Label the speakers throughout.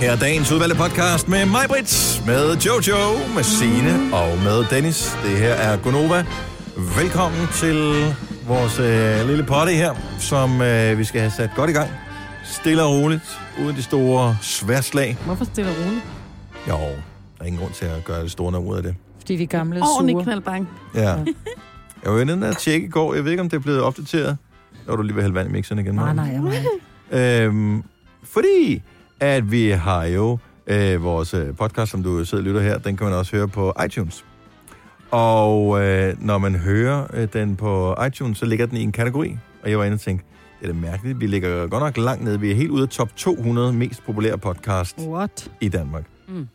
Speaker 1: Her er dagens udvalgte podcast med mig, Brits, med Jojo, med Sine og med Dennis. Det her er Gonova. Velkommen til vores øh, lille potte her, som øh, vi skal have sat godt i gang. Stille og roligt, uden de store sværslag.
Speaker 2: Hvorfor stille og roligt?
Speaker 1: Jo, der er ingen grund til at gøre det store noget ud af det.
Speaker 2: Fordi vi er gamle og
Speaker 3: Ordentlig
Speaker 2: sure.
Speaker 3: knaldbang.
Speaker 1: Ja. Jeg var inde at tjekke i går. Jeg ved ikke, om det er blevet opdateret. Der var du lige ved at hælde vand i mixeren igen.
Speaker 2: Nej,
Speaker 1: Maja.
Speaker 2: nej, nej.
Speaker 1: Øhm, fordi at vi har jo øh, vores øh, podcast, som du sidder og lytter her, den kan man også høre på iTunes. Og øh, når man hører øh, den på iTunes, så ligger den i en kategori. Og jeg var inde og tænkte, det er da mærkeligt, vi ligger godt nok langt nede. Vi er helt ude af top 200 mest populære podcast
Speaker 2: What?
Speaker 1: i Danmark. Mm.
Speaker 2: Mm.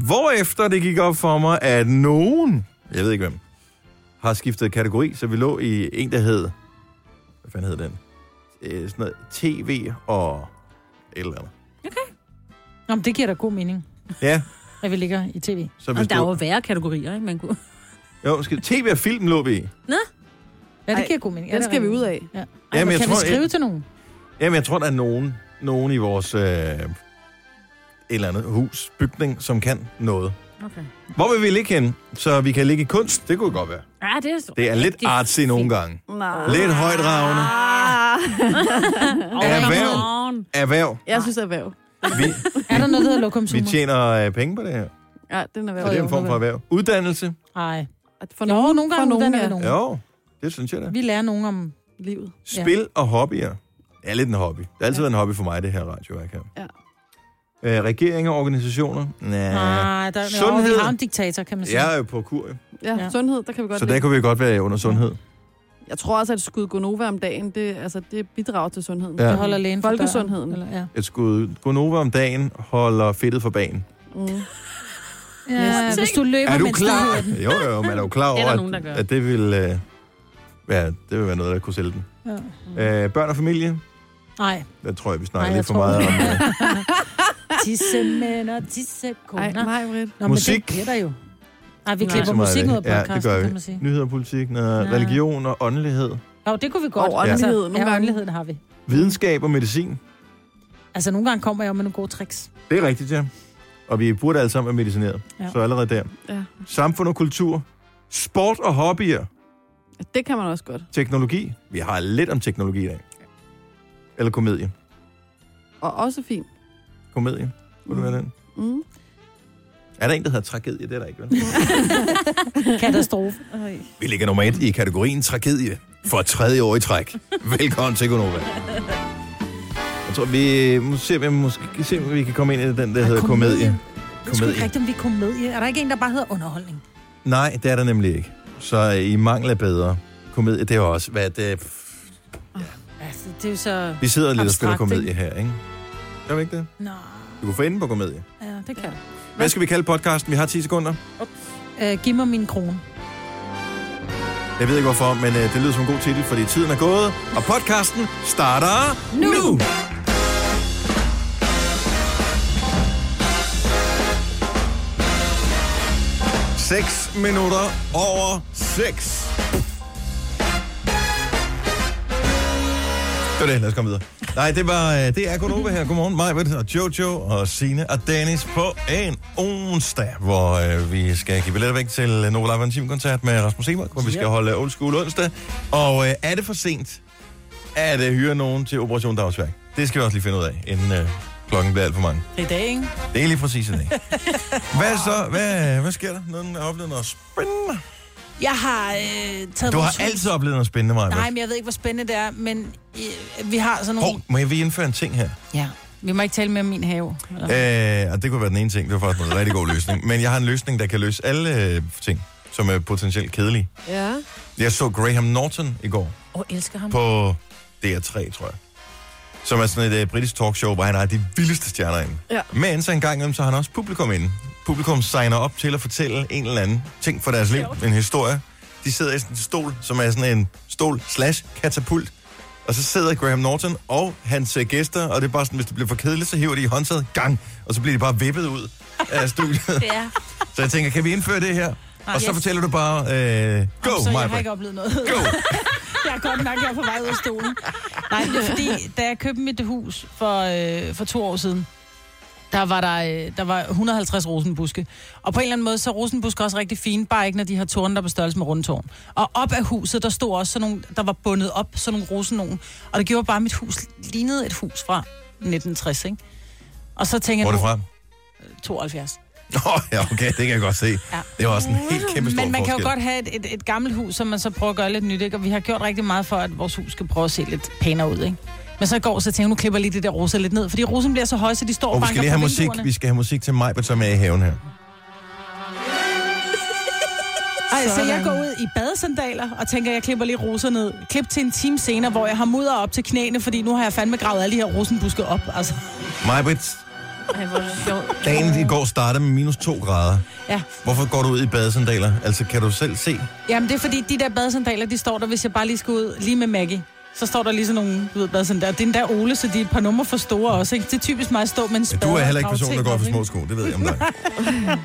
Speaker 1: Hvorefter det gik op for mig, at nogen, jeg ved ikke hvem, har skiftet kategori, så vi lå i en, der hed, hvad fanden hed den? Øh, sådan noget, tv og et eller andet.
Speaker 2: Nå, men det giver da god mening,
Speaker 1: Ja,
Speaker 2: at vi ligger i tv.
Speaker 1: så
Speaker 4: Og
Speaker 1: hvis
Speaker 4: der er jo
Speaker 1: du...
Speaker 4: værre kategorier, ikke? Man kunne...
Speaker 1: Jo, skal, tv og film lå vi i.
Speaker 2: Ja, det
Speaker 3: Ej,
Speaker 2: giver god mening. Ja,
Speaker 3: Den
Speaker 2: det er
Speaker 3: skal vi
Speaker 2: rigtigt.
Speaker 3: ud af.
Speaker 2: Ej,
Speaker 1: Jamen,
Speaker 2: Jamen,
Speaker 1: jeg
Speaker 2: kan vi
Speaker 1: tror, jeg-
Speaker 2: skrive til nogen?
Speaker 1: Jamen, jeg tror, der er nogen, nogen i vores øh, et eller andet hus, bygning, som kan noget.
Speaker 4: Okay.
Speaker 1: Hvor vil vi ligge hen? Så vi kan ligge i kunst? Det kunne godt være.
Speaker 4: Ja, det er,
Speaker 1: Det er lidt
Speaker 4: rigtig
Speaker 1: artsy nogle
Speaker 4: fint.
Speaker 1: gange.
Speaker 3: Nej.
Speaker 1: Lidt højdragende.
Speaker 3: Ah,
Speaker 4: Åh,
Speaker 1: Erhverv.
Speaker 4: come on.
Speaker 1: Erhverv.
Speaker 3: jeg synes, det er erhverv.
Speaker 1: Vi,
Speaker 2: Er der noget, der hedder
Speaker 1: vi
Speaker 2: lokumsumer?
Speaker 1: tjener øh, penge på det her.
Speaker 3: Ja, den er
Speaker 1: Så det er
Speaker 3: erhverv.
Speaker 1: en form for erhverv. Uddannelse?
Speaker 2: Nej.
Speaker 3: For
Speaker 2: Jo,
Speaker 3: nogen,
Speaker 2: nogle gange
Speaker 3: for nogen,
Speaker 2: uddanner vi
Speaker 3: ja.
Speaker 2: nogen.
Speaker 1: Jo, det synes jeg da.
Speaker 2: Vi lærer nogen om...
Speaker 3: livet.
Speaker 1: Spil og hobbyer. Det er lidt en hobby. Det har altid været en hobby for mig, det her radioværk her.
Speaker 3: Ja.
Speaker 1: Øh, regeringer og organisationer? Næh.
Speaker 2: Nej, der er
Speaker 1: Sundhed.
Speaker 2: vi har en diktator, kan man sige.
Speaker 1: Jeg er jo på kur, jo.
Speaker 3: Ja,
Speaker 2: Ja.
Speaker 3: sundhed, der kan vi godt
Speaker 1: så der kunne vi godt være under sundhed.
Speaker 3: Jeg tror også, at et skud Gonova om dagen, det, altså, det bidrager til sundheden. Mm.
Speaker 1: Ja.
Speaker 2: Der holder lægen for
Speaker 3: Folkesundheden.
Speaker 2: Døren. Eller, ja.
Speaker 1: Et skud Gonova om dagen holder fedtet for banen.
Speaker 3: Mm.
Speaker 2: ja, hvis du løber,
Speaker 1: er du
Speaker 2: mens
Speaker 1: klar?
Speaker 2: hører den.
Speaker 1: Jo, jo, men er du klar
Speaker 4: Det er
Speaker 1: over,
Speaker 4: der nogen, der gør.
Speaker 1: at, at det vil... Øh, ja, det vil være noget, der kunne sælge den.
Speaker 2: Ja.
Speaker 1: Øh, børn og familie?
Speaker 2: Nej,
Speaker 1: Der tror jeg, vi
Speaker 2: Nej,
Speaker 1: snakker
Speaker 2: jeg
Speaker 1: lidt for
Speaker 2: tror-
Speaker 1: meget om... Øh,
Speaker 2: tissemænd og tissekoner.
Speaker 3: Ej, nej, Britt.
Speaker 2: Nå, men
Speaker 1: Musik.
Speaker 2: Det bliver der jo. Ej, vi
Speaker 4: Nej.
Speaker 2: klipper
Speaker 1: Så meget af
Speaker 2: musikken ud
Speaker 1: det.
Speaker 2: af
Speaker 1: Ja, det
Speaker 2: podcasten,
Speaker 1: gør vi.
Speaker 2: kan man sige.
Speaker 1: øh, nyheder og politik, noget,
Speaker 2: Nej.
Speaker 1: religion og åndelighed.
Speaker 2: Jo, det kunne vi godt.
Speaker 3: Og åndelighed,
Speaker 2: Altså,
Speaker 3: nogle
Speaker 2: ja,
Speaker 3: gange.
Speaker 2: åndeligheden har vi.
Speaker 1: Videnskab og medicin.
Speaker 2: Altså, nogle gange kommer jeg jo med nogle gode tricks.
Speaker 1: Det er rigtigt, ja. Og vi burde alle sammen være medicineret. Ja.
Speaker 2: Ja.
Speaker 1: Så allerede der.
Speaker 3: Ja.
Speaker 1: Samfund og kultur. Sport og hobbyer.
Speaker 3: Det kan man også godt.
Speaker 1: Teknologi. Vi har lidt om teknologi i dag. Eller komedie.
Speaker 3: Og også fint.
Speaker 1: Komedie. Kunne det være den?
Speaker 3: Mm.
Speaker 1: Er der en, der hedder tragedie? Det er der ikke, vel?
Speaker 2: Katastrofe.
Speaker 1: Vi ligger nummer et i kategorien tragedie for tredje år i træk. Velkommen til Gonova. Jeg tror, vi må se, om vi, måske, se, om vi kan komme ind i den, der hedder komedie. komedie.
Speaker 2: Det er sgu ikke rigtigt, om vi er komedie. Er der ikke en, der bare hedder underholdning?
Speaker 1: Nej, det er der nemlig ikke. Så øh, i mangel af bedre. Komedie, det er jo også, hvad det
Speaker 2: Altså, det er jo så...
Speaker 1: Vi sidder lidt og
Speaker 2: Abstrakt,
Speaker 1: spiller komedie
Speaker 2: ikke?
Speaker 1: her, ikke? Gør vi ikke det?
Speaker 2: Nå,
Speaker 1: Du kunne få enden på komedie.
Speaker 2: ja, det kan du.
Speaker 1: Hvad skal vi kalde podcasten? Vi har 10 sekunder.
Speaker 2: Øh, giv mig min krone.
Speaker 1: Jeg ved ikke hvorfor, men øh, det lyder som en god titel, fordi tiden er gået. Og podcasten starter nu! nu. Seks minutter over seks. Det var det. Lad os komme videre. Nej, det var øh, det er Gunova her. Godmorgen, Majbert og Jojo og Sine og Dennis på en onsdag, hvor øh, vi skal give billetter væk til øh, Novo Live Anthem koncert med Rasmus Seberg, hvor vi skal holde øh, Old School onsdag. Og øh, er det for sent at øh, hyre nogen til Operation Dagsværk? Det skal vi også lige finde ud af, inden øh, klokken bliver alt for mange.
Speaker 2: Det er i dag, ikke?
Speaker 1: Det er lige præcis i dag. Hvad så? Hvad, hvad sker der? Noget, der har oplevet noget spændende?
Speaker 2: Jeg har øh, taget
Speaker 1: Du har
Speaker 2: vores-
Speaker 1: altid oplevet noget spændende, Maja.
Speaker 2: Nej, men jeg ved ikke, hvor spændende det er, men øh, vi har sådan nogle...
Speaker 1: Hov, må jeg vi indføre en ting her?
Speaker 2: Ja. Vi må ikke tale med om min have. Eller?
Speaker 1: Øh, og det kunne være den ene ting. Det var faktisk en rigtig god løsning. Men jeg har en løsning, der kan løse alle øh, ting, som er potentielt kedelige.
Speaker 3: Ja.
Speaker 1: Jeg så Graham Norton i går
Speaker 4: Åh, elsker ham.
Speaker 1: på DR3, tror jeg. Som er sådan et øh, britisk talkshow, hvor han har de vildeste stjerner inde.
Speaker 3: Ja.
Speaker 1: Men så en gang imellem, så har han også publikum inde. Publikum signer op til at fortælle en eller anden ting fra deres liv, en historie. De sidder i sådan en stol, som er sådan en stol slash katapult. Og så sidder Graham Norton og hans øh, gæster, og det er bare sådan, hvis det bliver for kedeligt, så hiver de i håndtaget gang, og så bliver de bare vippet ud af studiet.
Speaker 4: Det er.
Speaker 1: så jeg tænker, kan vi indføre det her? Og så
Speaker 2: yes.
Speaker 1: fortæller du bare, øh,
Speaker 2: Jamen,
Speaker 1: go,
Speaker 2: så jeg har
Speaker 1: Maja.
Speaker 2: ikke oplevet noget.
Speaker 1: Go.
Speaker 2: jeg er godt nok, jeg er på vej ud af stolen. Nej, det er fordi, da jeg købte mit hus for, øh, for to år siden, der var, der, øh, der var 150 rosenbuske. Og på en eller anden måde, så er rosenbuske også rigtig fine, bare ikke når de har tårne, der er på størrelse med rundtårn. Og op af huset, der stod også sådan nogle, der var bundet op, sådan nogle rosenogen. Og det gjorde bare, at mit hus lignede et hus fra 1960, ikke? Og så tænker
Speaker 1: Hvor er
Speaker 2: jeg
Speaker 1: det
Speaker 2: nu,
Speaker 1: fra?
Speaker 2: 72.
Speaker 1: Nå, ja, okay, det kan jeg godt se.
Speaker 2: Ja.
Speaker 1: Det var også en helt kæmpe stor
Speaker 2: Mm. Men man kan
Speaker 1: forskel.
Speaker 2: jo godt have et, et, et gammelt hus, som man så prøver at gøre lidt nyt, ikke? Og vi har gjort rigtig meget for, at vores hus skal prøve at se lidt pænere ud, ikke? Men så i går, så tænker jeg, nu klipper jeg lige det der rosa lidt ned, fordi rosen bliver så høj, så de står
Speaker 1: Og vi
Speaker 2: banker
Speaker 1: skal lige
Speaker 2: på
Speaker 1: have musik,
Speaker 2: vinduerne.
Speaker 1: vi skal have musik til mig, som er i haven her.
Speaker 2: Ej, så jeg går ud i badesandaler og tænker, jeg klipper lige roser ned. Klip til en time senere, hvor jeg har mudder op til knæene, fordi nu har jeg fandme gravet alle de her rosenbuske op. Altså,
Speaker 1: Majbrit,
Speaker 4: Ej, hvor er det sjovt.
Speaker 1: dagen i går startede med minus 2 grader.
Speaker 2: ja.
Speaker 1: Hvorfor går du ud i badesandaler? Altså, kan du selv se?
Speaker 2: Jamen, det er fordi, de der badesandaler, de står der, hvis jeg bare lige skal ud lige med Maggie. Så står der lige sådan nogle du ved, badesandaler. Det er den der Ole, så de er et par numre for store også, ikke? Det er typisk mig at stå med en spade.
Speaker 1: Du er
Speaker 2: og
Speaker 1: heller ikke
Speaker 2: grave
Speaker 1: personen, der
Speaker 2: ting
Speaker 1: går
Speaker 2: op,
Speaker 1: for
Speaker 2: ikke?
Speaker 1: små sko. Det ved jeg om dig.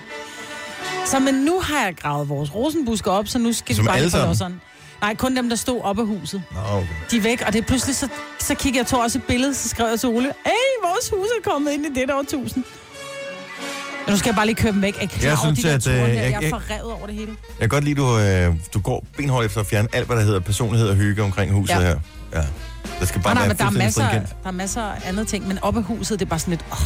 Speaker 2: Så men nu har jeg gravet vores rosenbuske op, så nu skal
Speaker 1: Som
Speaker 2: de bare
Speaker 1: alle
Speaker 2: lige
Speaker 1: sammen?
Speaker 2: på losseren. Nej, kun dem, der stod op af huset.
Speaker 1: Nå, okay.
Speaker 2: De er væk, og det er pludselig, så, så kigger jeg, jeg tog også et billede, så skrev jeg til Ole, Hey, vores hus er kommet ind i det år 1000. Men nu skal jeg bare lige køre dem væk. Jeg, er I klar
Speaker 1: Jeg
Speaker 2: over
Speaker 1: synes,
Speaker 2: de der
Speaker 1: at, øh,
Speaker 2: tårer her?
Speaker 1: jeg-
Speaker 2: jeg, jeg,
Speaker 1: jeg-
Speaker 2: er forrevet over det hele.
Speaker 1: Jeg kan godt lide, du, øh, du går benhårdt efter at fjerne alt, hvad der hedder personlighed og hygge omkring huset
Speaker 2: Ja.
Speaker 1: her. Ja. Der skal
Speaker 2: Bare
Speaker 1: bare
Speaker 2: nej,
Speaker 1: være
Speaker 2: men der er,
Speaker 1: fuldstændig
Speaker 2: masser,
Speaker 1: stringent.
Speaker 2: der er masser af andre ting, men op af huset, det er bare sådan lidt, åh,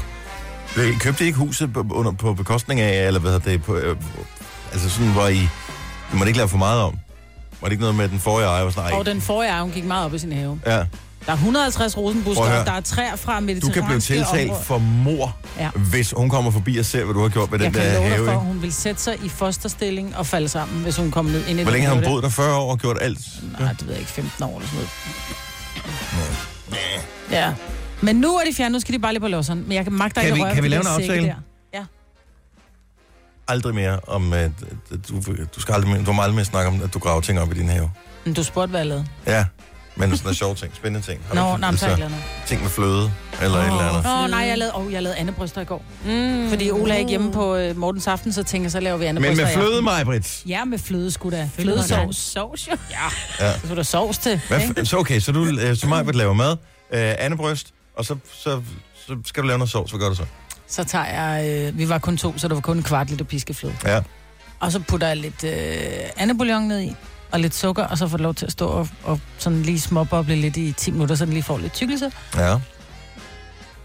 Speaker 1: Øh, Købte I ikke huset på, under, på bekostning af, eller hvad hedder det, på, øh, altså sådan, hvor I, du måtte ikke lave for meget om? Var det ikke noget med at den forrige ejer? Var sådan,
Speaker 2: og
Speaker 1: "Ej,
Speaker 2: den forrige ejer, hun gik meget op i sin have.
Speaker 1: ja,
Speaker 2: Der er 150 rosenbusker,
Speaker 1: Prøv at høre.
Speaker 2: og der er træer fra
Speaker 1: du
Speaker 2: mediterranske
Speaker 1: kan blive tiltalt
Speaker 2: områder.
Speaker 1: for mor, ja.
Speaker 2: Ja.
Speaker 1: hvis hun kommer forbi og ser, hvad du har gjort med
Speaker 2: Jeg
Speaker 1: den
Speaker 2: kan
Speaker 1: der
Speaker 2: love dig
Speaker 1: have.
Speaker 2: for, at
Speaker 1: ikke?
Speaker 2: hun vil sætte sig i fosterstilling og falde sammen, hvis hun kom ned ind i
Speaker 1: Hvor
Speaker 2: den
Speaker 1: længe har hun
Speaker 2: hytte.
Speaker 1: boet der? 40 år og gjort alt?
Speaker 2: Nej, det ved jeg ikke, 15 år eller sådan noget. Ja. Men nu er de fjernet, nu skal de bare lige på losseren. Men jeg kan magter
Speaker 1: Kan
Speaker 2: ikke
Speaker 1: vi-
Speaker 2: at røre
Speaker 1: kan vi
Speaker 2: ved
Speaker 1: lave
Speaker 2: de der
Speaker 1: en
Speaker 2: sække
Speaker 1: aftale?
Speaker 2: der.
Speaker 1: Aldrig mere om, øh, du, du, skal aldrig, mere- du må aldrig mere snakke om, at du graver ting op i din have.
Speaker 2: Men du spurgte, hvad jeg lavede.
Speaker 1: Ja, men sådan nogle sjove ting, spændende ting. Har du- altså,
Speaker 2: Nå, nej, men så har jeg ikke lavet
Speaker 1: ting med fløde, eller oh. et eller andet.
Speaker 2: noget. Nå, nej, jeg lavede, oh, jeg lavede andebryster i går.
Speaker 4: Mm.
Speaker 2: Fordi Ola er ikke hjemme på øh, Mortens aften, så tænker jeg, så laver vi andebryster
Speaker 1: Men med
Speaker 2: i aften.
Speaker 1: fløde, Majbrits.
Speaker 2: Ja, med fløde, sgu da.
Speaker 4: Flødesovs.
Speaker 2: Flødesovs.
Speaker 4: Sovs, jo.
Speaker 2: Så er der sovs til.
Speaker 1: Hvad
Speaker 2: ikke?
Speaker 1: f- så okay, så, du, øh, så mig vil lave mad, øh, Anne Bryst, og så, så, så skal du lave noget sovs. Hvad gør du så?
Speaker 2: Så tager jeg... Øh, vi var kun to, så der var kun en kvart liter piskefløde.
Speaker 1: Ja.
Speaker 2: Og så putter jeg lidt øh, andebouillon ned i, og lidt sukker, og så får det lov til at stå og, og sådan lige småboble lidt i 10 minutter, så den lige får lidt tykkelse.
Speaker 1: Ja.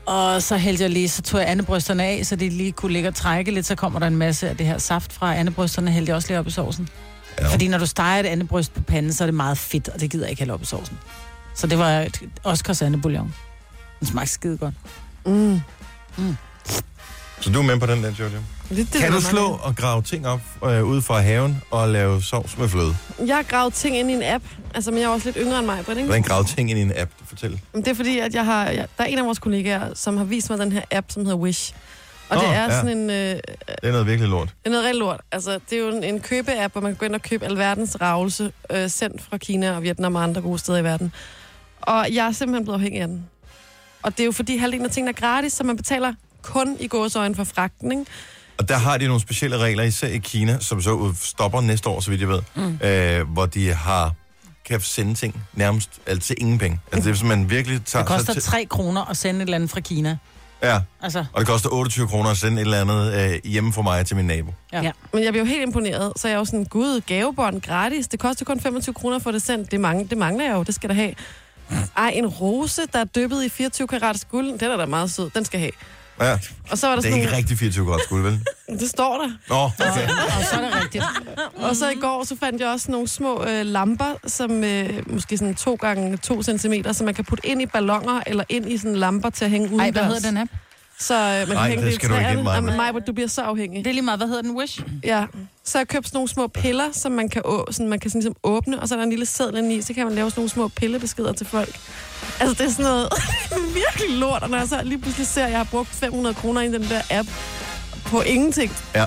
Speaker 2: Og så hældte jeg lige, så tog jeg andebrysterne af, så de lige kunne ligge og trække lidt, så kommer der en masse af det her saft fra andebrysterne, hældte jeg også lige op i sovsen.
Speaker 1: Ja.
Speaker 2: Ja. Fordi når du steger et andebryst på panden, så er det meget fedt, og det gider jeg ikke hælde op i sovsen. Så det var et Oscars andebouillon. Den smagte skide godt.
Speaker 3: Mm.
Speaker 1: Så du er med på den der, Jojo.
Speaker 3: Det, det
Speaker 1: Kan du
Speaker 3: var nok
Speaker 1: slå og grave ting op øh, ude fra haven og lave sovs med fløde?
Speaker 2: Mm.
Speaker 3: det. Jeg har gravet ting ind i en app. Altså, men jeg er også lidt yngre end mig, Britt, ikke?
Speaker 1: Hvordan grave ting ind i en app? Fortæl.
Speaker 3: Men Det er fordi, at jeg har, jeg, der er en af vores kollegaer, som har vist mig den her app, som hedder Wish. Og
Speaker 1: Nå,
Speaker 3: det er
Speaker 1: ja.
Speaker 3: sådan en, øh,
Speaker 1: Det er noget virkelig lort.
Speaker 3: Det er noget rigtig lort. Altså, det er jo en, en købe-app, hvor man kan gå ind og købe alverdens ravelse, øh, sendt fra Kina og Vietnam og andre gode steder i verden. Og jeg er simpelthen blevet afhængig af den. Og det er jo fordi, halvdelen af tingene er gratis, så man betaler kun i gåsøjne for fragten, ikke?
Speaker 1: Og der har de nogle specielle regler, især i Kina, som så ud- stopper næste år, så vidt jeg ved, mm. øh, hvor de har kan sende ting nærmest altså til ingen penge. Altså det er, hvis man virkelig tager
Speaker 2: Det koster
Speaker 1: sig til...
Speaker 2: 3 kroner at sende et eller andet fra Kina.
Speaker 1: Ja,
Speaker 2: Altså,
Speaker 1: og det koster 28 kroner at sende et eller andet øh, hjemme fra mig til min nabo.
Speaker 2: ja.
Speaker 4: Ja.
Speaker 2: ja.
Speaker 3: Men jeg blev helt imponeret, så jeg var sådan, gud, gavebånd gratis. Det koster kun 25 kroner for det sendt. Det, mangler, det mangler jeg jo, det skal der have. Ej, en rose, der er dyppet i 24 karats guld. Den er da meget sød, den skal have.
Speaker 1: Ja,
Speaker 3: Og så var der
Speaker 1: det er
Speaker 3: sådan,
Speaker 1: ikke rigtig 24 grader skuld, vel?
Speaker 3: det står der.
Speaker 1: Nå, okay.
Speaker 2: Og så er det rigtigt.
Speaker 3: Og så i går, så fandt jeg også nogle små øh, lamper, som øh, måske sådan to gange to centimeter, som man kan putte ind i ballonger, eller ind i sådan lamper til at hænge udendørs.
Speaker 2: Ej, hvad hedder den app?
Speaker 3: Så øh, man
Speaker 1: Ej,
Speaker 3: kan hænge
Speaker 1: det
Speaker 3: det i
Speaker 1: skal du ikke
Speaker 3: træerne.
Speaker 1: ind, Maja.
Speaker 3: Jamen, Maja, du bliver så afhængig.
Speaker 2: Det er lige meget, hvad hedder den? Wish?
Speaker 3: Ja. Så jeg købte sådan nogle små piller, som man kan, å, sådan, man kan sådan ligesom åbne, og så er der en lille seddel inde i, så kan man lave sådan nogle små pillebeskeder til folk. Altså, det er sådan noget virkelig lort, og når jeg så lige pludselig ser, at jeg har brugt 500 kroner i den der app på ingenting.
Speaker 1: Ja.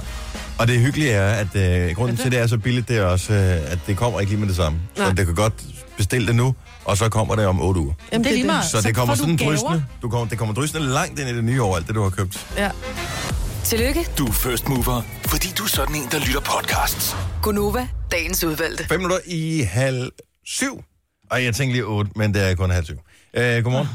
Speaker 1: Og det hyggelige er, at øh, grunden
Speaker 2: Er det?
Speaker 1: til, at det er så billigt, det er også, øh, at det kommer ikke lige med det samme. Nej.
Speaker 3: Nej.
Speaker 1: Så det kan godt bestille det nu, og så kommer det om 8 uger.
Speaker 2: Jamen, det er lige meget.
Speaker 1: Så, så
Speaker 2: Så
Speaker 1: det kommer
Speaker 2: får du
Speaker 1: sådan
Speaker 2: gaver.
Speaker 1: drysende. Du kommer, det kommer drysende langt ind i det nye år, alt det, du har købt.
Speaker 3: Ja.
Speaker 5: Tillykke,
Speaker 6: Du er first mover, fordi du er sådan en, der lytter podcasts.
Speaker 5: Gunova, dagens udvalgte.
Speaker 1: 5 minutter i halv syv. Og jeg tænkte lige 8, men det er kun halv syv. Øh, godmorgen.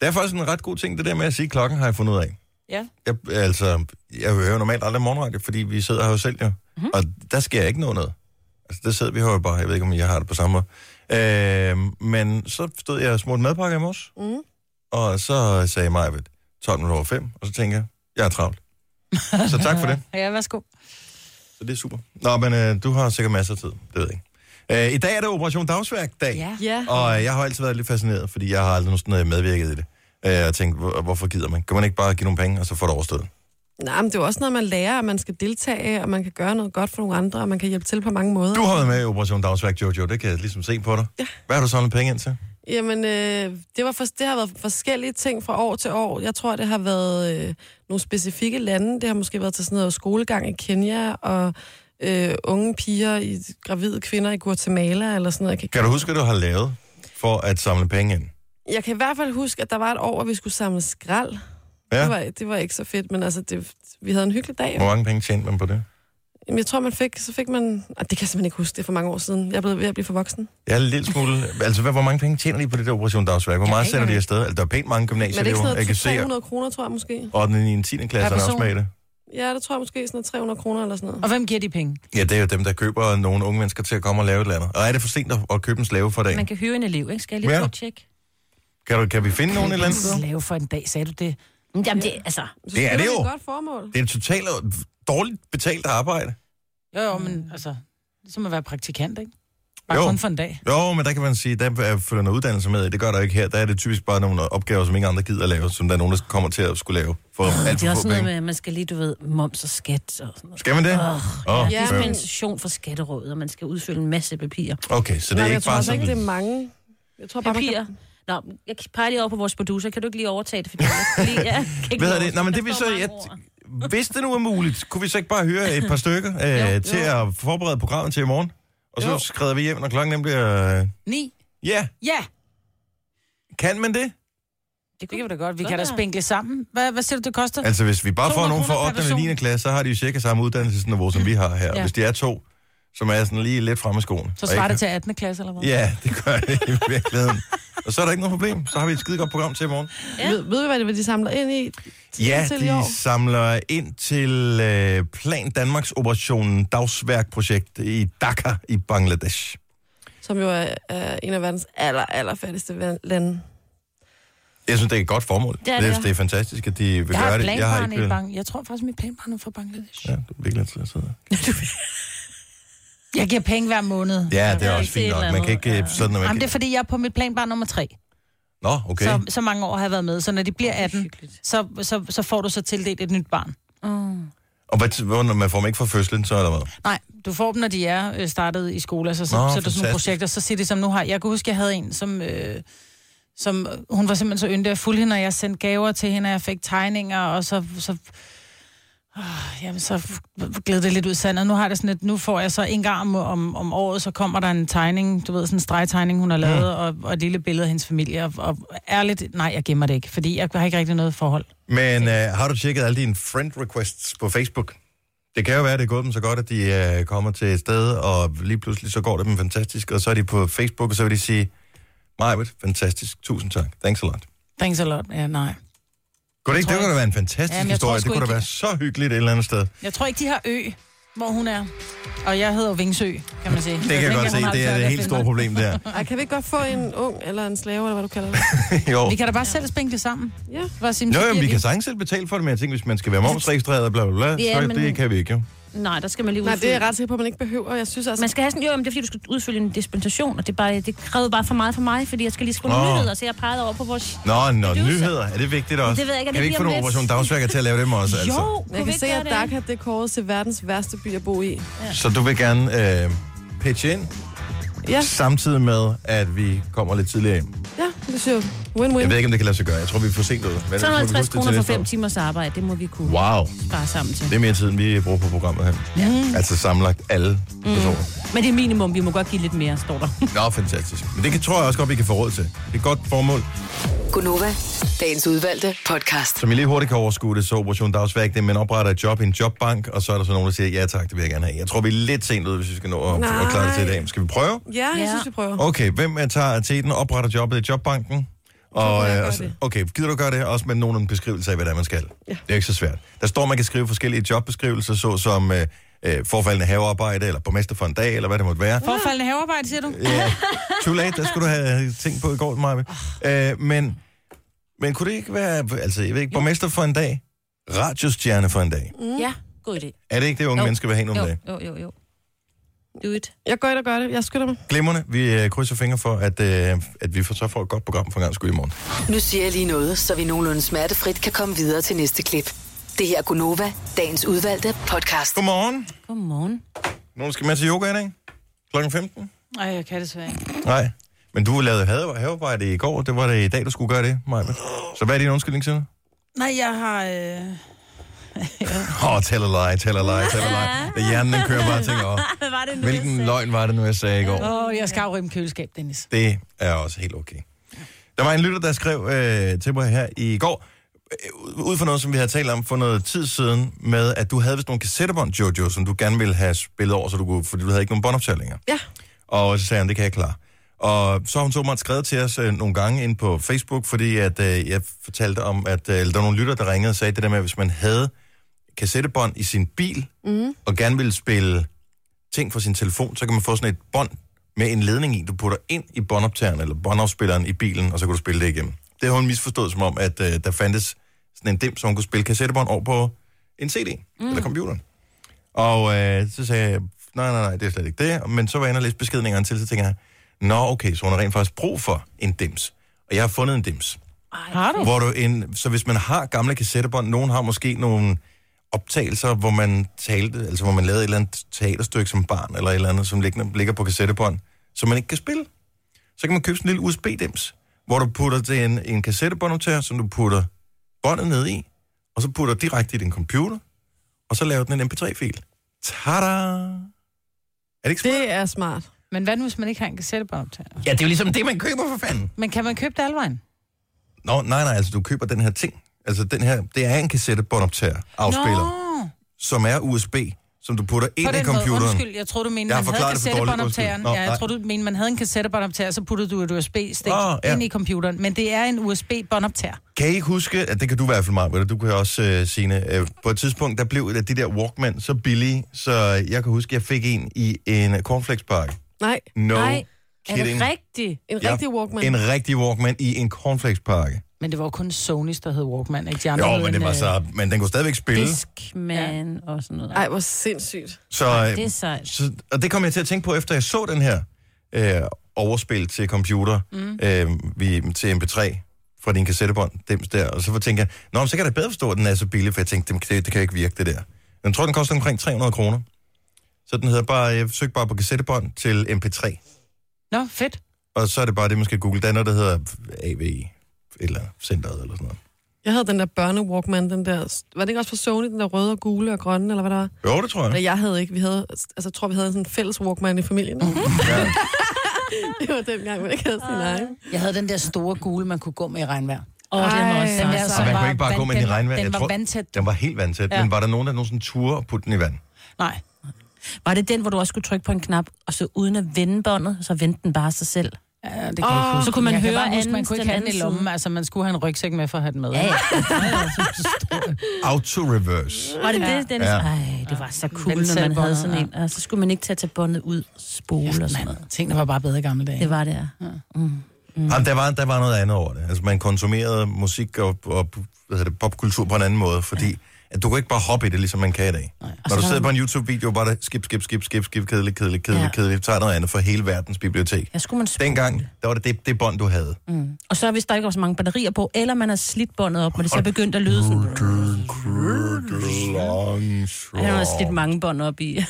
Speaker 1: Det er faktisk en ret god ting, det der med at sige klokken, har jeg fundet ud af.
Speaker 2: Ja.
Speaker 1: Jeg, altså, jeg hører jo normalt aldrig morgenradio, fordi vi sidder her jo selv, jo. Mm-hmm. Og der sker ikke noget. noget. Altså, der sidder vi her jo bare. Jeg ved ikke, om jeg har det på samme måde. Øh, men så stod jeg og smurte madpakke i morges,
Speaker 3: Mm.
Speaker 1: og så sagde mig 12 minutter over 5, og så tænker jeg, jeg er travlt. så tak for det.
Speaker 2: Ja, værsgo.
Speaker 1: Så det er super. Nå, men øh, du har sikkert masser af tid. Det ved jeg ikke. Øh, I dag er det Operation Dagsværk-dag.
Speaker 2: Ja.
Speaker 3: Ja.
Speaker 1: Og øh, jeg har altid været lidt fascineret, fordi jeg har aldrig nogensinde medvirket i det. Øh, og tænkt, hvor, hvorfor gider man? Kan man ikke bare give nogle penge, og så få det overstået?
Speaker 3: Nej, men det er jo også noget, man lærer, at man skal deltage, og man kan gøre noget godt for nogle andre, og man kan hjælpe til på mange måder.
Speaker 1: Du har været med i Operation Dagsværk, Jojo. Det kan jeg ligesom se på dig. Ja. Hvad har du samlet penge ind til?
Speaker 3: Jamen, øh, det, var for, det har været forskellige ting fra år til år. Jeg tror, det har været øh, nogle specifikke lande. Det har måske været til sådan noget skolegang i Kenya, og øh, unge piger, i, gravide kvinder i Guatemala, eller sådan noget. Jeg kan,
Speaker 1: Kan du huske, hvad du har lavet for at samle penge ind?
Speaker 3: jeg kan i hvert fald huske, at der var et år, hvor vi skulle samle skrald.
Speaker 1: Ja.
Speaker 3: Det, var, det var ikke så fedt, men altså, det, vi havde en hyggelig dag.
Speaker 1: Hvor mange penge tjente man på det?
Speaker 3: Jamen, jeg tror, man fik, så fik man... Ah, det kan jeg simpelthen ikke huske, det er for mange år siden. Jeg er blevet ved at blive for voksen.
Speaker 1: Jeg er en lille smule... altså, hvad, hvor mange penge tjener de på det der Operation Dagsværk? Hvor meget
Speaker 2: ikke
Speaker 1: sender de
Speaker 2: engang.
Speaker 1: afsted? Altså, der er pænt mange
Speaker 3: Men er det ikke
Speaker 1: gymnasieelever. Jeg
Speaker 3: sådan
Speaker 1: kan
Speaker 3: noget
Speaker 1: se,
Speaker 3: 300 kroner, tror jeg måske?
Speaker 1: og den i 10. klasse er
Speaker 2: Per
Speaker 1: også med i
Speaker 2: person?
Speaker 1: det.
Speaker 3: Ja, det tror jeg måske sådan noget 300 kroner eller sådan noget.
Speaker 2: Og hvem giver de penge?
Speaker 1: Ja, det er jo dem, der køber nogle unge mennesker til at komme og lave et eller andet. Og er det for sent at- at købe en slave for dagen?
Speaker 4: Man kan hyre en elev, ikke? Skal jeg lige
Speaker 1: Ja.
Speaker 4: prøve at tjekke?
Speaker 1: Kan, du, kan vi finde nogen et eller andet sted?
Speaker 2: Slave for en dag, sagde du det?
Speaker 4: Men Jamen, det, altså...
Speaker 3: Så
Speaker 1: Det er
Speaker 3: støtter
Speaker 1: det
Speaker 3: vi
Speaker 1: jo.
Speaker 3: Et godt formål.
Speaker 1: Det er et totalt dårligt betalt arbejde.
Speaker 2: Jo, jo, men altså, det er som at være praktikant, ikke? Bare
Speaker 1: Jo.
Speaker 2: jo. kun for en dag.
Speaker 1: Jo, men der kan man sige, der er- følger noget uddannelse med. i. Det gør der ikke her. Der er det typisk bare nogle opgaver, som ingen andre gider at lave, som der er nogen, der kommer til at skulle lave for alt
Speaker 4: Det er
Speaker 1: for
Speaker 4: også
Speaker 1: få
Speaker 4: sådan noget
Speaker 1: penge.
Speaker 4: med, at man skal lige, du ved, moms og skat og sådan noget.
Speaker 1: Skal man det?
Speaker 4: Åh,
Speaker 1: Åh,
Speaker 4: oh,
Speaker 3: ja,
Speaker 4: ja,
Speaker 1: bøvl.
Speaker 3: men-
Speaker 4: dispensation fra skatterådet, og man skal udfylde en masse papirer.
Speaker 1: Okay, så det
Speaker 3: Nej,
Speaker 1: er
Speaker 3: men jeg
Speaker 1: ikke
Speaker 3: tror
Speaker 1: bare
Speaker 3: altså ikke, det
Speaker 1: sådan...
Speaker 3: er mange. Jeg tror bare, man
Speaker 4: Papirer. Nå, jeg peger lige over på vores producer. Kan du ikke lige overtage det? Fordi jeg kan lige, ja, kan ikke
Speaker 1: Hvad er
Speaker 4: lige
Speaker 1: det? Nå, men det
Speaker 4: overskue-
Speaker 1: vil
Speaker 4: der
Speaker 1: så...
Speaker 4: står mange
Speaker 1: Jeg,
Speaker 4: ord.
Speaker 1: hvis det nu er muligt, kunne vi så ikke bare høre et par stykker øh, til at forberede programmet til i morgen? Og så
Speaker 3: Jo.
Speaker 1: skrider vi hjem, når klokken nemlig bliver... øh,
Speaker 2: Ni?
Speaker 1: Ja,
Speaker 2: Ja,
Speaker 1: kan man det?
Speaker 2: det kan vi da godt. Vi
Speaker 4: Godt
Speaker 2: kan da
Speaker 4: være.
Speaker 2: spinkle sammen. Hvad, hvad siger du, det koster?
Speaker 1: Altså, hvis vi bare får
Speaker 2: 200
Speaker 1: nogen fra
Speaker 2: kroner per
Speaker 1: 8. eller 9.
Speaker 2: person.
Speaker 1: klasse, så har de jo cirka samme uddannelsesniveau, som vi har her.
Speaker 2: Ja.
Speaker 1: Hvis de er to, som er sådan lige lidt fremme i skoen.
Speaker 2: Så
Speaker 1: og
Speaker 2: svarer
Speaker 1: ikke-
Speaker 2: det til 18. klasse, eller hvad?
Speaker 1: Ja, det gør det i virkeligheden. Og så er der ikke noget problem. Så har vi et skide godt program til i morgen.
Speaker 3: Ja. Ved, ved vi, hvad det er, hvad de samler ind i?
Speaker 1: Ja,
Speaker 3: til i
Speaker 1: de
Speaker 3: år?
Speaker 1: samler ind til øh, Plan Danmarks Operation Dagsværkprojekt i Dhaka i Bangladesh.
Speaker 3: Som jo er, er en af verdens aller, aller fattigste van- lande.
Speaker 1: Jeg synes, det er et godt formål.
Speaker 4: Det er det,
Speaker 1: det,
Speaker 4: ja.
Speaker 1: det er fantastisk, at de vil
Speaker 2: Jeg har
Speaker 1: gøre
Speaker 2: et
Speaker 1: det.
Speaker 2: planbarn i
Speaker 1: vil-
Speaker 2: Bang. Jeg tror faktisk, mit planbarn er fra Bangladesh.
Speaker 1: Ja, du er virkelig interesseret.
Speaker 2: Jeg giver penge hver måned.
Speaker 1: Ja, det
Speaker 4: Jeg
Speaker 1: er
Speaker 4: vil
Speaker 1: også
Speaker 4: ikke se
Speaker 1: fint
Speaker 4: et
Speaker 1: nok.
Speaker 4: eller
Speaker 1: Man kan
Speaker 4: andet.
Speaker 1: ikke øh, sådan, at man
Speaker 2: Jamen, det
Speaker 1: kan...
Speaker 2: er fordi, jeg er på mit planbarn nummer tre.
Speaker 1: Nå, okay.
Speaker 2: Så, så mange år har jeg været med. Så når de bliver 18,
Speaker 4: hyggeligt.
Speaker 2: så, så, så får du så tildelt et nyt barn.
Speaker 1: Og hvad, hvor- når man får dem ikke fra fødslen, så er der hvad?
Speaker 2: Nej, du får dem, når de er øh, startet i skole, altså så,
Speaker 1: Nå,
Speaker 2: Nå, så er der sådan
Speaker 1: fantastisk.
Speaker 2: nogle projekter, så siger de som nu har. Jeg kan huske, jeg havde en, som, øh, som hun var simpelthen så yndig, jeg fulgte hende, og jeg sendte gaver til hende, og jeg fik tegninger, og så, så øh, jamen, så glæder det lidt ud i sandet. Nu har jeg det sådan lidt, nu får jeg så en gang om, om, om året, så kommer der en tegning, du ved, sådan en stregtegning, hun har lavet, og, og et lille billede af hendes familie, og, og ærligt, nej, jeg gemmer det ikke, fordi jeg har ikke rigtig noget forhold.
Speaker 1: Men øh, har du tjekket alle dine friend requests på Facebook? Det kan jo være, at det er gået dem så godt, at de øh, kommer til et sted, og lige pludselig så går det dem fantastisk, og så er de på Facebook, og så vil de sige, Majbet, fantastisk, tusind tak, thanks a lot.
Speaker 2: Thanks a lot. Ja, nej.
Speaker 1: Kunne det, ikke,
Speaker 2: tror
Speaker 1: det kunne
Speaker 2: ikke-
Speaker 1: da være en fantastisk
Speaker 2: Jamen, jeg
Speaker 1: historie,
Speaker 2: tror
Speaker 1: det
Speaker 2: sgu
Speaker 1: kunne da
Speaker 2: ikke-
Speaker 1: være så hyggeligt et eller andet sted.
Speaker 2: Jeg tror ikke, de har ø, hvor hun er. Og jeg hedder jo Vingsø, kan man sige.
Speaker 1: Det kan jeg godt se, det er det helt store problem der.
Speaker 3: Ej, kan vi ikke godt få en ung eller en slave, eller hvad du kalder det?
Speaker 1: jo.
Speaker 2: Vi kan da bare selv spænke det sammen.
Speaker 3: Ja.
Speaker 2: Bare sige,
Speaker 1: Nå,
Speaker 2: så
Speaker 1: jamen,
Speaker 2: giver
Speaker 1: vi kan sagtens selv betale for det, men jeg tænker, hvis man skal være momsregistreret og bla bla bla,
Speaker 4: Ja,
Speaker 1: så
Speaker 4: men-
Speaker 1: det kan vi ikke jo.
Speaker 4: Nej, der skal man lige
Speaker 3: Nej,
Speaker 4: udfylde.
Speaker 3: det er jeg ret sikker på, at man ikke behøver. Jeg synes altså,
Speaker 4: Man skal have sådan, jo, men det er fordi, du skal udfylde en dispensation, og det, er bare, det krævede bare for meget for mig, fordi jeg skal lige skrive
Speaker 1: Åh.
Speaker 4: oh. nyheder, så jeg pegede over på vores...
Speaker 1: Nå, nå,
Speaker 4: du så-
Speaker 1: nyheder, er det vigtigt også?
Speaker 4: Det ved jeg ikke, er
Speaker 1: kan
Speaker 4: det
Speaker 1: vi ikke
Speaker 4: lige
Speaker 1: få
Speaker 4: om
Speaker 1: nogle
Speaker 4: lidt?
Speaker 1: operation dagsværker til at lave dem også?
Speaker 4: Jo,
Speaker 1: Altså?
Speaker 4: kunne
Speaker 3: jeg
Speaker 4: vi
Speaker 3: kan
Speaker 4: ikke
Speaker 3: se,
Speaker 4: gøre
Speaker 3: at
Speaker 4: det?
Speaker 3: Dhaka det er kåret til verdens værste by at bo i.
Speaker 1: Så du vil gerne øh, pitche ind?
Speaker 3: Ja,
Speaker 1: samtidig med, at vi kommer lidt tidligere hjem.
Speaker 3: ja, det synes jeg. Win-win.
Speaker 1: Jeg ved ikke, om det kan lade sig gøre. Jeg tror, vi er for sent ud. Hvad er det, tror du, vi
Speaker 4: 350
Speaker 1: husker til
Speaker 4: kroner for
Speaker 1: næste
Speaker 4: 5
Speaker 1: år?
Speaker 4: timers arbejde, det må vi kunne
Speaker 1: Wow,
Speaker 4: spare sammen til.
Speaker 1: det er mere tid, end vi bruger på programmet her. Ja. Altså samlet alle
Speaker 4: Mm.
Speaker 1: personer.
Speaker 4: Men det er minimum, vi må godt give lidt mere, står der.
Speaker 1: Nå, fantastisk. Men det kan, tror jeg også godt, vi kan få råd til. Det er et godt formål.
Speaker 5: Gunova, dagens udvalgte podcast.
Speaker 1: Som I lige hurtigt kan overskue det, så Operation Dagsværk, det er, at man opretter et job i en jobbank, og så er der så nogen, der siger, ja tak, det vil jeg gerne have. Jeg tror, vi er lidt sent ud, hvis vi skal nå at, at klare det til i dag. Skal vi prøve?
Speaker 3: Ja, jeg
Speaker 4: Ja.
Speaker 3: synes, vi prøver.
Speaker 1: Okay, hvem er tager teten, opretter jobbet i jobbanken, Og,
Speaker 3: jeg
Speaker 1: øh,
Speaker 3: gøre
Speaker 1: og så-
Speaker 3: det.
Speaker 1: okay, gider du gøre det også med nogle beskrivelser af, hvad det er, man skal? Ja. Det er ikke så svært. Der står, man kan skrive forskellige jobbeskrivelser, såsom øh, øh, forfaldende havearbejde, eller borgmester for en dag, eller hvad det måtte være.
Speaker 2: Forfaldende havearbejde, siger du?
Speaker 1: Ja, too late, der skulle du have tænkt på i går, Maja. Øh, men, men kunne det ikke være, altså jeg ved ikke, borgmester for en dag, radiostjerne for en dag.
Speaker 3: Mm.
Speaker 4: Ja, god idé.
Speaker 1: Er det ikke det, unge
Speaker 4: Jo.
Speaker 1: mennesker vil have nogle
Speaker 4: Jo,
Speaker 1: dage?
Speaker 4: jo, jo, jo. Do it.
Speaker 3: Jeg går ind og gør det. Jeg skynder mig.
Speaker 1: Glimrende, vi øh, krydser fingre for, at, øh, at vi får, så får et godt program for en gang skyld i morgen.
Speaker 5: Nu siger jeg lige noget, så vi nogenlunde smertefrit kan komme videre til næste klip. Det her er Gunova, dagens udvalgte podcast.
Speaker 1: Godmorgen.
Speaker 4: Godmorgen.
Speaker 1: Nogen skal med til yoga i dag? Klokken 15?
Speaker 2: Nej, jeg kan desværre ikke.
Speaker 1: Nej. Men du lavede have- havearbejde i går, det var det i dag, du skulle gøre det, Maja. Så hvad er din undskyldning til?
Speaker 2: Nej, jeg har... Øh...
Speaker 1: Åh, oh, tell a lie, tell a lie, tell a lie. Da hjernen den kører bare og tænker, åh,
Speaker 4: Hvad var det nu?
Speaker 1: hvilken løgn var det nu, jeg sagde i går?
Speaker 2: Åh, jeg skal afrime køleskab, Dennis.
Speaker 1: Det er også helt okay. Der var en lytter, der skrev øh, til mig her i går, øh, ud fra noget, som vi havde talt om for noget tid siden, med at du havde vist nogle kassettebånd, Jojo, som du gerne ville have spillet over, så du kunne, fordi du havde ikke nogen båndoptag længere.
Speaker 3: Ja.
Speaker 1: Og så sagde han, det kan jeg klare. Og så har hun så meget skrevet til os øh, nogle gange ind på Facebook, fordi at, øh, jeg fortalte om, at øh, eller der var nogle lytter, der ringede og sagde det der med, at hvis man havde kassettebånd i sin bil, mm. og gerne ville spille ting fra sin telefon, så kan man få sådan et bånd med en ledning i, du putter ind i båndoptageren eller båndafspilleren i bilen, og så kan du spille det igennem. Det har hun misforstået som om, at øh, der fandtes sådan en dem, som kunne spille kassettebånd over på en CD mm. eller computeren. Og øh, så sagde jeg, nej, nej, nej, det er slet ikke det. Men så var jeg inde og læste beskedningerne til, så tænker jeg, nå okay, så hun har rent faktisk brug for en dims. Og jeg har fundet en dims.
Speaker 2: Har du?
Speaker 1: Hvor du en, så hvis man har gamle kassettebånd, nogen har måske nogle optagelser, hvor man talte, altså hvor man lavede et eller andet teaterstykke som barn, eller et eller andet, som ligger, ligger på kassettebånd, som man ikke kan spille. Så kan man købe sådan en lille USB-dims, hvor du putter til en, en kassettebåndoptager, som du putter båndet ned i, og så putter direkte i din computer, og så laver den en mp3-fil. Tada! Er det ikke smart?
Speaker 3: Det er smart.
Speaker 2: Men hvad nu, hvis man ikke har en kassettebåndoptager?
Speaker 1: Ja, det er jo ligesom det, man køber for fanden.
Speaker 2: Men kan man købe det alle vejen?
Speaker 1: Nå, nej, nej, altså du køber den her ting. Altså den her, det er en kassettebåndoptager, afspiller, Nå. som er USB, som du putter
Speaker 2: på
Speaker 1: ind i
Speaker 2: den måde.
Speaker 1: computeren.
Speaker 2: Undskyld, jeg troede, du mente,
Speaker 1: Jeg
Speaker 2: man
Speaker 1: har forklaret
Speaker 2: havde
Speaker 1: det for dårligt,
Speaker 2: kassettebåndoptageren.
Speaker 1: undskyld. Nå,
Speaker 2: ja,
Speaker 1: nej.
Speaker 2: jeg troede, du mente, man havde en kassettebåndoptager, så puttede du et USB-stik
Speaker 1: Åh, ja.
Speaker 2: ind i computeren. Men det er en USB-båndoptager.
Speaker 1: Kan I ikke huske, at det kan du i hvert fald meget, du kan også, øh, Signe, øh, på et tidspunkt, der blev de der Walkman så billige, så jeg kan huske, jeg fik en i en cornflakespakke.
Speaker 3: Nej,
Speaker 1: No
Speaker 4: Nej, er
Speaker 1: kidding.
Speaker 4: det rigtigt?
Speaker 3: en rigtig Walkman.
Speaker 1: En rigtig Walkman i en cornflakespakke.
Speaker 2: Men det var jo kun Sony, der hed Walkman, ikke de andre.
Speaker 1: Jo,
Speaker 2: hed
Speaker 1: men det
Speaker 2: en,
Speaker 1: var
Speaker 2: øh,
Speaker 1: så, Mm. men den kunne stadigvæk spille.
Speaker 4: Discman ja. og sådan noget.
Speaker 3: Ej, hvor sindssygt.
Speaker 1: Så, øh,
Speaker 4: det er sejt.
Speaker 1: Så, og det kom jeg til at tænke på, efter jeg så den her øh, overspil til computer, mm. øh, vi, til MP3 fra din kassettebånd, dem der, og så tænkte jeg, nå, men så kan jeg da bedre forstå, at den er så billig, for jeg tænkte, det, det kan ikke virke, det der. Jeg tror, den koster omkring 300 kroner. Så den hedder bare, jeg søgte bare på kassettebånd til MP3,
Speaker 2: Nå, fedt.
Speaker 1: og så er det bare det, man skal google. Der er noget, der hedder AVI, eller centeret, eller sådan noget.
Speaker 3: Jeg havde den der børne-Walkman, den der... Var det ikke også fra Sony, den der røde og gule og grønne, eller hvad der var?
Speaker 1: Jo, det tror jeg.
Speaker 3: Nej, jeg havde ikke. Vi havde... Altså, jeg tror, vi havde sådan en fælles Walkman i familien.
Speaker 1: Mhm. Ja.
Speaker 3: det var dengang, man ikke havde sin egen.
Speaker 2: Jeg havde den der store gule, man kunne gå med i regnvejr.
Speaker 4: Åh, oh, det er
Speaker 3: Ej,
Speaker 4: også
Speaker 3: den
Speaker 2: Den
Speaker 3: er
Speaker 2: der,
Speaker 4: sejt.
Speaker 1: Og Altså,
Speaker 2: som
Speaker 1: man
Speaker 2: var
Speaker 1: kunne ikke bare gå
Speaker 2: vand-
Speaker 1: med den i regnvejr.
Speaker 2: Den,
Speaker 1: Jeg
Speaker 2: den var
Speaker 1: tror-
Speaker 2: vandtæt.
Speaker 1: Den var helt vandtæt, ja.
Speaker 2: Ja.
Speaker 1: men var der nogen, der nogensinde turde at putte den i vand?
Speaker 2: Nej.
Speaker 4: Var det den, hvor du også skulle trykke på en knap, og så uden at vende båndet, så vendte den bare sig selv?
Speaker 2: Ja, det kan oh, jeg ikke huske.
Speaker 4: så kunne man
Speaker 2: jeg kan
Speaker 4: høre
Speaker 2: bare huske, man
Speaker 4: anden-
Speaker 2: kunne
Speaker 4: den
Speaker 2: ikke have den i
Speaker 4: anden
Speaker 2: lommen.
Speaker 4: side.
Speaker 2: Altså, man skulle have en rygsæk med for at have den med.
Speaker 4: Ja, ja.
Speaker 1: Auto-reverse.
Speaker 4: Var det det, Dennis?
Speaker 1: Ja.
Speaker 4: Ja. Ej, det var så cool,
Speaker 2: Vendte
Speaker 4: når man havde
Speaker 2: båndet,
Speaker 4: sådan en. Og så skulle man ikke tage, tage båndet ud, spole og sådan noget.
Speaker 2: Man, tingene var bare bedre i gamle dage.
Speaker 4: Det var det, ja.
Speaker 1: Mm. Jamen, der, var, der var noget andet over det. Altså, man konsumerede musik og, og hvad hedder det, popkultur på en anden måde, fordi at du kan ikke bare hoppe i det, ligesom man kan i dag. Nej. Når du sidder på en YouTube-video, bare der skip, skip, skip, skip, skip, kedelig, kedelig, kedelig, ja.
Speaker 4: Ja.
Speaker 1: kedelig, tager noget andet fra hele verdens bibliotek.
Speaker 4: Ja, skulle man spole.
Speaker 1: Dengang, der var det det, det bånd, du havde.
Speaker 4: Og så hvis der ikke var så mange batterier på, eller man har slidt båndet op, og det så begyndte at lyde sådan... Han har slidt mange bånd op i.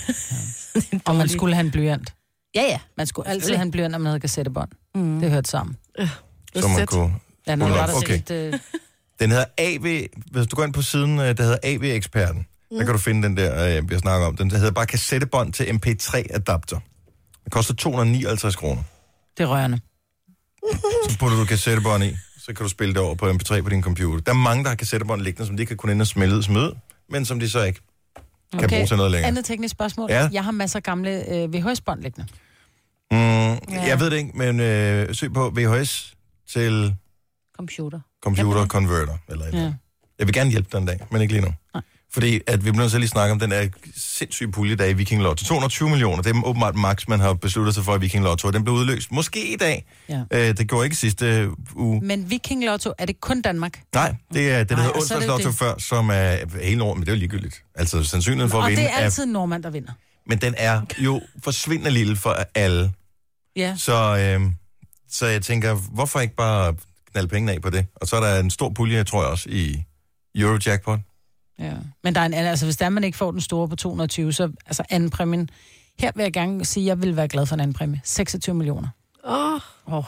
Speaker 2: Og man skulle have en blyant.
Speaker 4: Ja, ja.
Speaker 2: Man skulle altid have en blyant, når man havde kassettebånd. Mm. Det hørte sammen.
Speaker 1: Så man
Speaker 3: Sæt.
Speaker 1: kunne...
Speaker 2: Ja, når det var der
Speaker 1: Okay.
Speaker 2: set, øh,
Speaker 1: Den hedder AV... Hvis du går ind på siden, øh, der hedder AV-eksperten, mm. der kan du finde den der, øh, jeg snakker om. Den der hedder bare kassettebånd til MP3-adapter. Den koster 259 kroner.
Speaker 2: det er rørende.
Speaker 1: Så putter du kassettebånd i, så kan du spille det over på MP3 på din computer. Der er mange, der har kassettebånd liggende, som de kan kunne ind og smelde ud smide, men som de så ikke kan okay. bruge til noget længere.
Speaker 2: Andet teknisk spørgsmål.
Speaker 1: Ja.
Speaker 2: Ja. Jeg har masser af gamle øh, VHS-bånd liggende.
Speaker 1: Mm, Jeg ved det ikke, men øh, søg på VHS til
Speaker 4: computer.
Speaker 1: computer converter eller et ja.
Speaker 2: Ja.
Speaker 1: Jeg vil gerne hjælpe dig en dag, men ikke lige nu. Nej. Fordi at vi bliver nødt til at lige snakke om den der sindssyge pulje, der er i Viking Lotto. 220 millioner, det er åbenbart max, man har besluttet sig for i Viking Lotto. og Den blev udløst måske i dag.
Speaker 2: Ja.
Speaker 1: Øh, det gjorde ikke sidste uge.
Speaker 2: Men Viking Lotto, er det kun Danmark?
Speaker 1: Nej, det er det, der
Speaker 2: Nej,
Speaker 1: hedder
Speaker 2: og så er det
Speaker 1: onsdags Lotto
Speaker 2: jo det.
Speaker 1: før, som er hele året, men det er jo ligegyldigt. Altså sandsynligheden for at
Speaker 2: Og
Speaker 1: vinde
Speaker 2: det er altid en nordmand, der vinder.
Speaker 1: Men den er jo forsvindende lille for alle.
Speaker 2: Ja.
Speaker 1: Så, øh, så jeg tænker, hvorfor ikke bare knalde pengene af på det? Og så er der en stor pulje, tror jeg også, i Eurojackpot.
Speaker 2: Ja. Men der er en anden, altså hvis der man ikke får den store på 220, så altså anden præmien. Her vil jeg gerne sige, at jeg vil være glad for en anden præmie. 26 millioner.
Speaker 3: Åh, oh,
Speaker 2: Oh.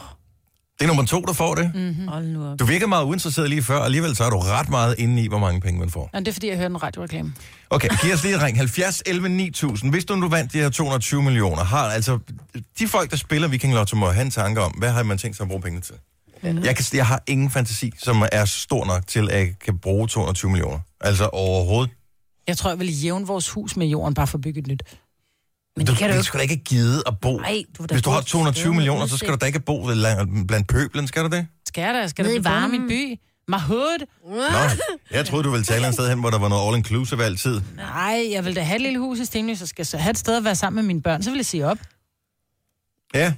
Speaker 1: Det er nummer to, der får det.
Speaker 4: Mm. Hold nu op.
Speaker 1: Du virker meget uinteresseret lige før, og alligevel så er du ret meget inde i, hvor mange penge man får.
Speaker 2: Nå, det er fordi, jeg hørte en radioreklame.
Speaker 1: Okay, giv os lige et ring. 70 11 9000. Hvis du nu vandt de her 220 millioner, har altså... De folk, der spiller Viking Lotto, må have en tanke om, hvad har man tænkt sig at bruge pengene til? Jeg, kan, jeg har ingen fantasi, som er stor nok til, at jeg kan bruge 220 millioner. Altså overhovedet.
Speaker 2: Jeg tror, jeg vil jævne vores hus med jorden, bare for at bygge et nyt.
Speaker 4: Men det kan du
Speaker 1: du
Speaker 4: jo
Speaker 1: skal da ikke gide at bo.
Speaker 4: Nej, du vil da
Speaker 1: Hvis du
Speaker 4: bo
Speaker 1: har
Speaker 4: et
Speaker 1: 220
Speaker 4: sted
Speaker 1: millioner,
Speaker 4: med
Speaker 1: så skal du
Speaker 4: udsigt.
Speaker 1: da ikke bo ved land- blandt pøblen, skal du det?
Speaker 2: Skal jeg da? Skal
Speaker 4: Nede
Speaker 2: der
Speaker 4: i
Speaker 2: blive boende i min
Speaker 4: varmen.
Speaker 2: by? My hood?
Speaker 1: Nå, jeg troede, du ville tale et sted hen, hvor der var noget all-inclusive altid.
Speaker 2: Nej, jeg vil da have et lille hus i Stenløs, så skal jeg så have et sted at være sammen med mine børn, så vil jeg sige op.
Speaker 1: Ja,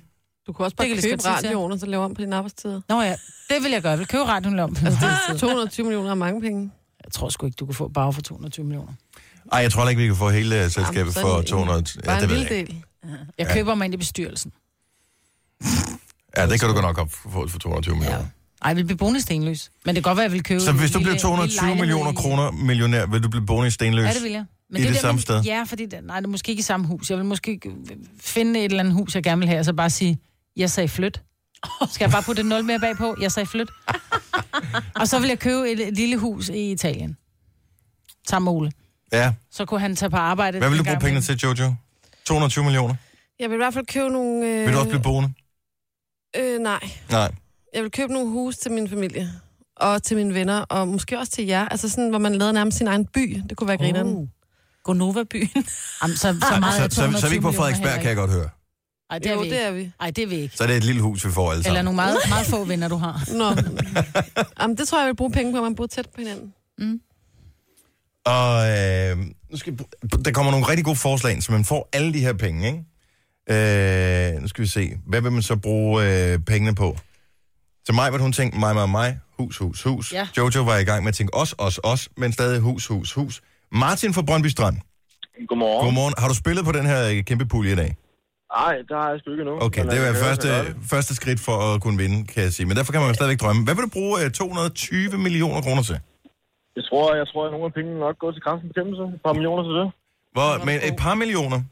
Speaker 3: du kunne også
Speaker 2: Det
Speaker 3: bare
Speaker 2: kan lige så godt
Speaker 3: købe
Speaker 2: sige til.
Speaker 3: radioen, og så lave om på din arbejdstid.
Speaker 2: Nå ja, det vil jeg gøre. Jeg vil købe radioen om. Altså, det
Speaker 3: 220 millioner er mange penge.
Speaker 2: jeg tror sgu ikke, du kan få bare for 220 millioner.
Speaker 1: Ej, jeg tror heller ikke, vi kan få hele øh, selskabet
Speaker 3: så
Speaker 1: for
Speaker 3: en-
Speaker 1: 200...
Speaker 3: Bare
Speaker 1: Ja,
Speaker 3: ja,
Speaker 1: det
Speaker 3: en
Speaker 1: ved
Speaker 3: lille
Speaker 1: jeg ikke.
Speaker 3: del.
Speaker 2: Jeg køber mig ind i bestyrelsen.
Speaker 1: Ja, det kan du godt nok op- få for 220 millioner.
Speaker 2: Ej, jeg vil blive boende i Stenløs. Men det kan godt være, jeg vil købe...
Speaker 1: Så
Speaker 2: en
Speaker 1: hvis du blev
Speaker 2: lille- en lille
Speaker 1: 220
Speaker 2: lejlighed
Speaker 1: millioner
Speaker 2: i-
Speaker 1: kroner millionær, vil du blive boende i Stenløs?
Speaker 2: Ja, det vil jeg.
Speaker 1: I
Speaker 2: er
Speaker 1: det
Speaker 2: der,
Speaker 1: samme
Speaker 2: man-
Speaker 1: sted?
Speaker 2: Ja, fordi... det- Nej, det er måske ikke i samme hus. Jeg vil måske øh, finde et eller andet hus, jeg gerne vil have, og så bare sige, jeg sagde flyt. Skal jeg bare putte et nul mere bagpå? Jeg sagde flyt. og så vil jeg købe et, et lille hus i Italien. Sammen med Ole.
Speaker 1: Ja.
Speaker 2: Så kunne han tage på arbejde.
Speaker 1: Hvad vil du
Speaker 2: en gang
Speaker 1: bruge pengene
Speaker 2: imellem.
Speaker 1: til, Jojo? 220 millioner?
Speaker 3: Jeg vil i hvert fald købe nogle... Øh,
Speaker 1: Vil du også blive boende?
Speaker 3: øh, nej.
Speaker 1: Nej.
Speaker 3: Jeg vil købe nogle huse til min familie og til mine venner, og måske også til jer. Altså sådan, hvor man lavede nærmest sin egen by. Det kunne være grineren.
Speaker 4: Oh. Gonova-byen.
Speaker 2: Jamen, så, så, meget er
Speaker 1: Så, så, så, så er vi
Speaker 2: 220
Speaker 1: ikke på
Speaker 2: millioner
Speaker 1: Frederiksberg,
Speaker 2: heller
Speaker 1: kan jeg godt høre.
Speaker 2: ikke. Ej, det er
Speaker 3: Jo,
Speaker 2: vi
Speaker 3: det
Speaker 2: ikke.
Speaker 3: er vi.
Speaker 2: Ej, det er vi ikke.
Speaker 1: Så er det et lille hus, vi får alle
Speaker 2: Eller
Speaker 1: sammen.
Speaker 2: nogle meget, meget få venner, du har.
Speaker 3: Nå. Jamen, det tror jeg, jeg vil bruge penge på, at man bor tæt på hinanden.
Speaker 1: Og øh, nu skal, vi- der kommer nogle rigtig gode forslag ind, så man får alle de her penge, ikke? Øh, nu skal vi se. Hvad vil man så bruge øh, pengene på? Til mig, hvad hun tænkte, mig, mig, mig, hus, hus, hus.
Speaker 2: Ja.
Speaker 1: Jojo var i gang med at tænke os, os, os, men stadig hus, hus, hus. Martin fra Brøndby Strand.
Speaker 7: Godmorgen.
Speaker 1: Godmorgen. Har du spillet på den her øh, kæmpe pulje i dag?
Speaker 7: Nej, der har øh, jeg sgu ikke nu.
Speaker 1: Okay, det var første, første skridt for at kunne vinde, kan jeg sige. Men derfor kan man jo stadigvæk drømme. Hvad vil du bruge øh, 220 millioner kroner til?
Speaker 7: Jeg tror, jeg tror, at nogle af pengene nok går til kraftens bekæmpelse. Et par millioner til det.
Speaker 1: Hvor, men et par millioner,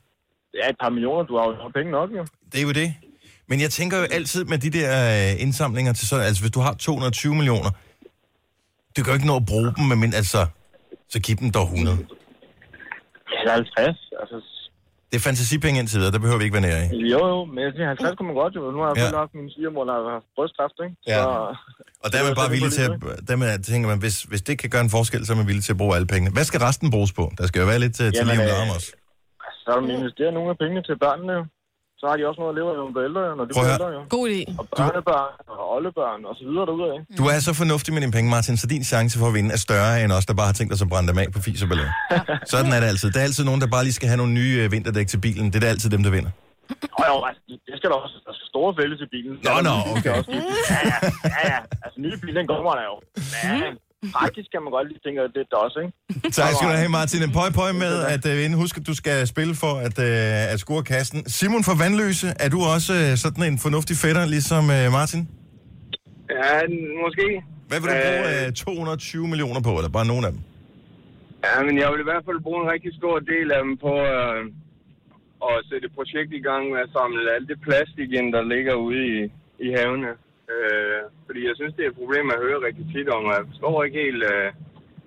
Speaker 7: Ja, et par millioner. Du har jo penge nok, jo.
Speaker 1: det er jo det. Men jeg tænker jo altid med de der øh, indsamlinger til sådan, altså hvis du har 220 millioner, du kan jo ikke nå at bruge dem, men altså, så giv dem dog 100.
Speaker 7: Ja, der er 50. Altså, s-
Speaker 1: Det er fantasipenge indtil videre, der behøver vi ikke være nære i.
Speaker 7: jo, jo, men jeg siger, 50 kunne man godt, jo. Nu har jeg
Speaker 1: Ja.
Speaker 7: ja. nok min svigermor, der har haft brystkræft, ikke?
Speaker 1: Ja.
Speaker 7: Så,
Speaker 1: Og der er man bare villig til at, der er man, tænker man, hvis, hvis det kan gøre en forskel, så er man villig til at bruge alle pengene. Hvad skal resten bruges på? Der skal jo være lidt til, til
Speaker 7: Jamen,
Speaker 1: lige om
Speaker 7: øh,
Speaker 1: larm også.
Speaker 7: så har man investeret nogle af pengene til børnene, jo. Så har de også noget at leve af, når de bliver ældre, jo, når de
Speaker 1: Prøv at
Speaker 7: bliver
Speaker 1: høre.
Speaker 7: ældre, jo.
Speaker 3: God idé.
Speaker 7: Og børnebørn, og oldebørn, og så videre derude, ikke?
Speaker 1: Du er så fornuftig med dine penge, Martin, så din chance for at vinde er større end os, der bare har tænkt os at brænde dem af på fis og ballon. Sådan er det altid. Der er altid nogen, der bare lige skal have nogle nye øh, vinterdæk til bilen. Det er da altid dem, der vinder.
Speaker 7: Og jo, altså, det skal der også. Der skal store fælles i bilen.
Speaker 1: Nå, nå,
Speaker 7: Det skal
Speaker 1: okay.
Speaker 7: også skiftes. Ja, ja, ja, ja. Altså, nye bil, den kommer der jo. Ja,
Speaker 8: Mhm.
Speaker 7: praktisk kan man godt lige tænke lidt der også, ikke?
Speaker 1: Tak skal du have, Martin. En pøj pøj med at øh, vinde. Husk, at du skal spille for at, øh, at score kassen. Simon fra Vandløse, er du også øh, sådan en fornuftig fætter, ligesom øh, Martin?
Speaker 7: Ja, måske.
Speaker 1: Hvad vil du bruge øh, 220 millioner på, eller bare nogen af dem?
Speaker 7: Ja, men jeg vil i hvert fald bruge en rigtig stor del af dem på øh, at sætte et projekt i gang med at samle alt det plastik ind, der ligger ude i, i havene. Øh, fordi jeg synes, det er et problem, at høre rigtig tit om, og jeg forstår ikke helt... Øh,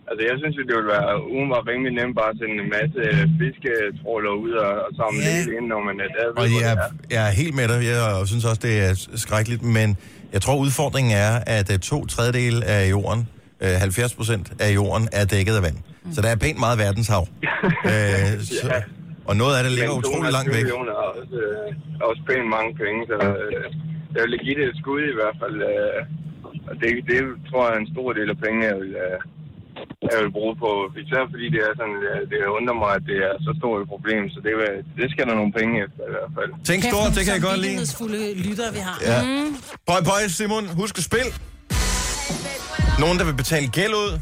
Speaker 7: altså, jeg synes jo, det ville være udenbart rimelig nemt bare at sende en masse fisketråler ud og, og samle
Speaker 1: Ja.
Speaker 7: yeah. det ind, når man er der.
Speaker 1: Og jeg, er- jeg er helt med dig. Jeg synes også, det er skrækkeligt. Men jeg tror, udfordringen er, at øh, to tredjedele af jorden, øh, 70 procent af jorden, er dækket af vand. Så der er pænt meget verdenshav. øh, så, og noget af det ligger utrolig langt væk.
Speaker 7: er også, øh, også pænt mange penge, så øh, jeg vil give det et skud i hvert fald. Øh, Og det, det tror jeg er en stor del af pengene, jeg vil, øh, jeg vil bruge på. Især fordi det er sådan, øh, det undrer mig, at det er så stort et problem, så det, vil, det skal der nogle penge efter i hvert fald.
Speaker 1: Tænk stort, det kan jeg godt lide.
Speaker 2: fulde lytter, vi har.
Speaker 1: Ja. Pøj, pøj, Simon. Husk at spille. Nogen, der vil betale gæld ud.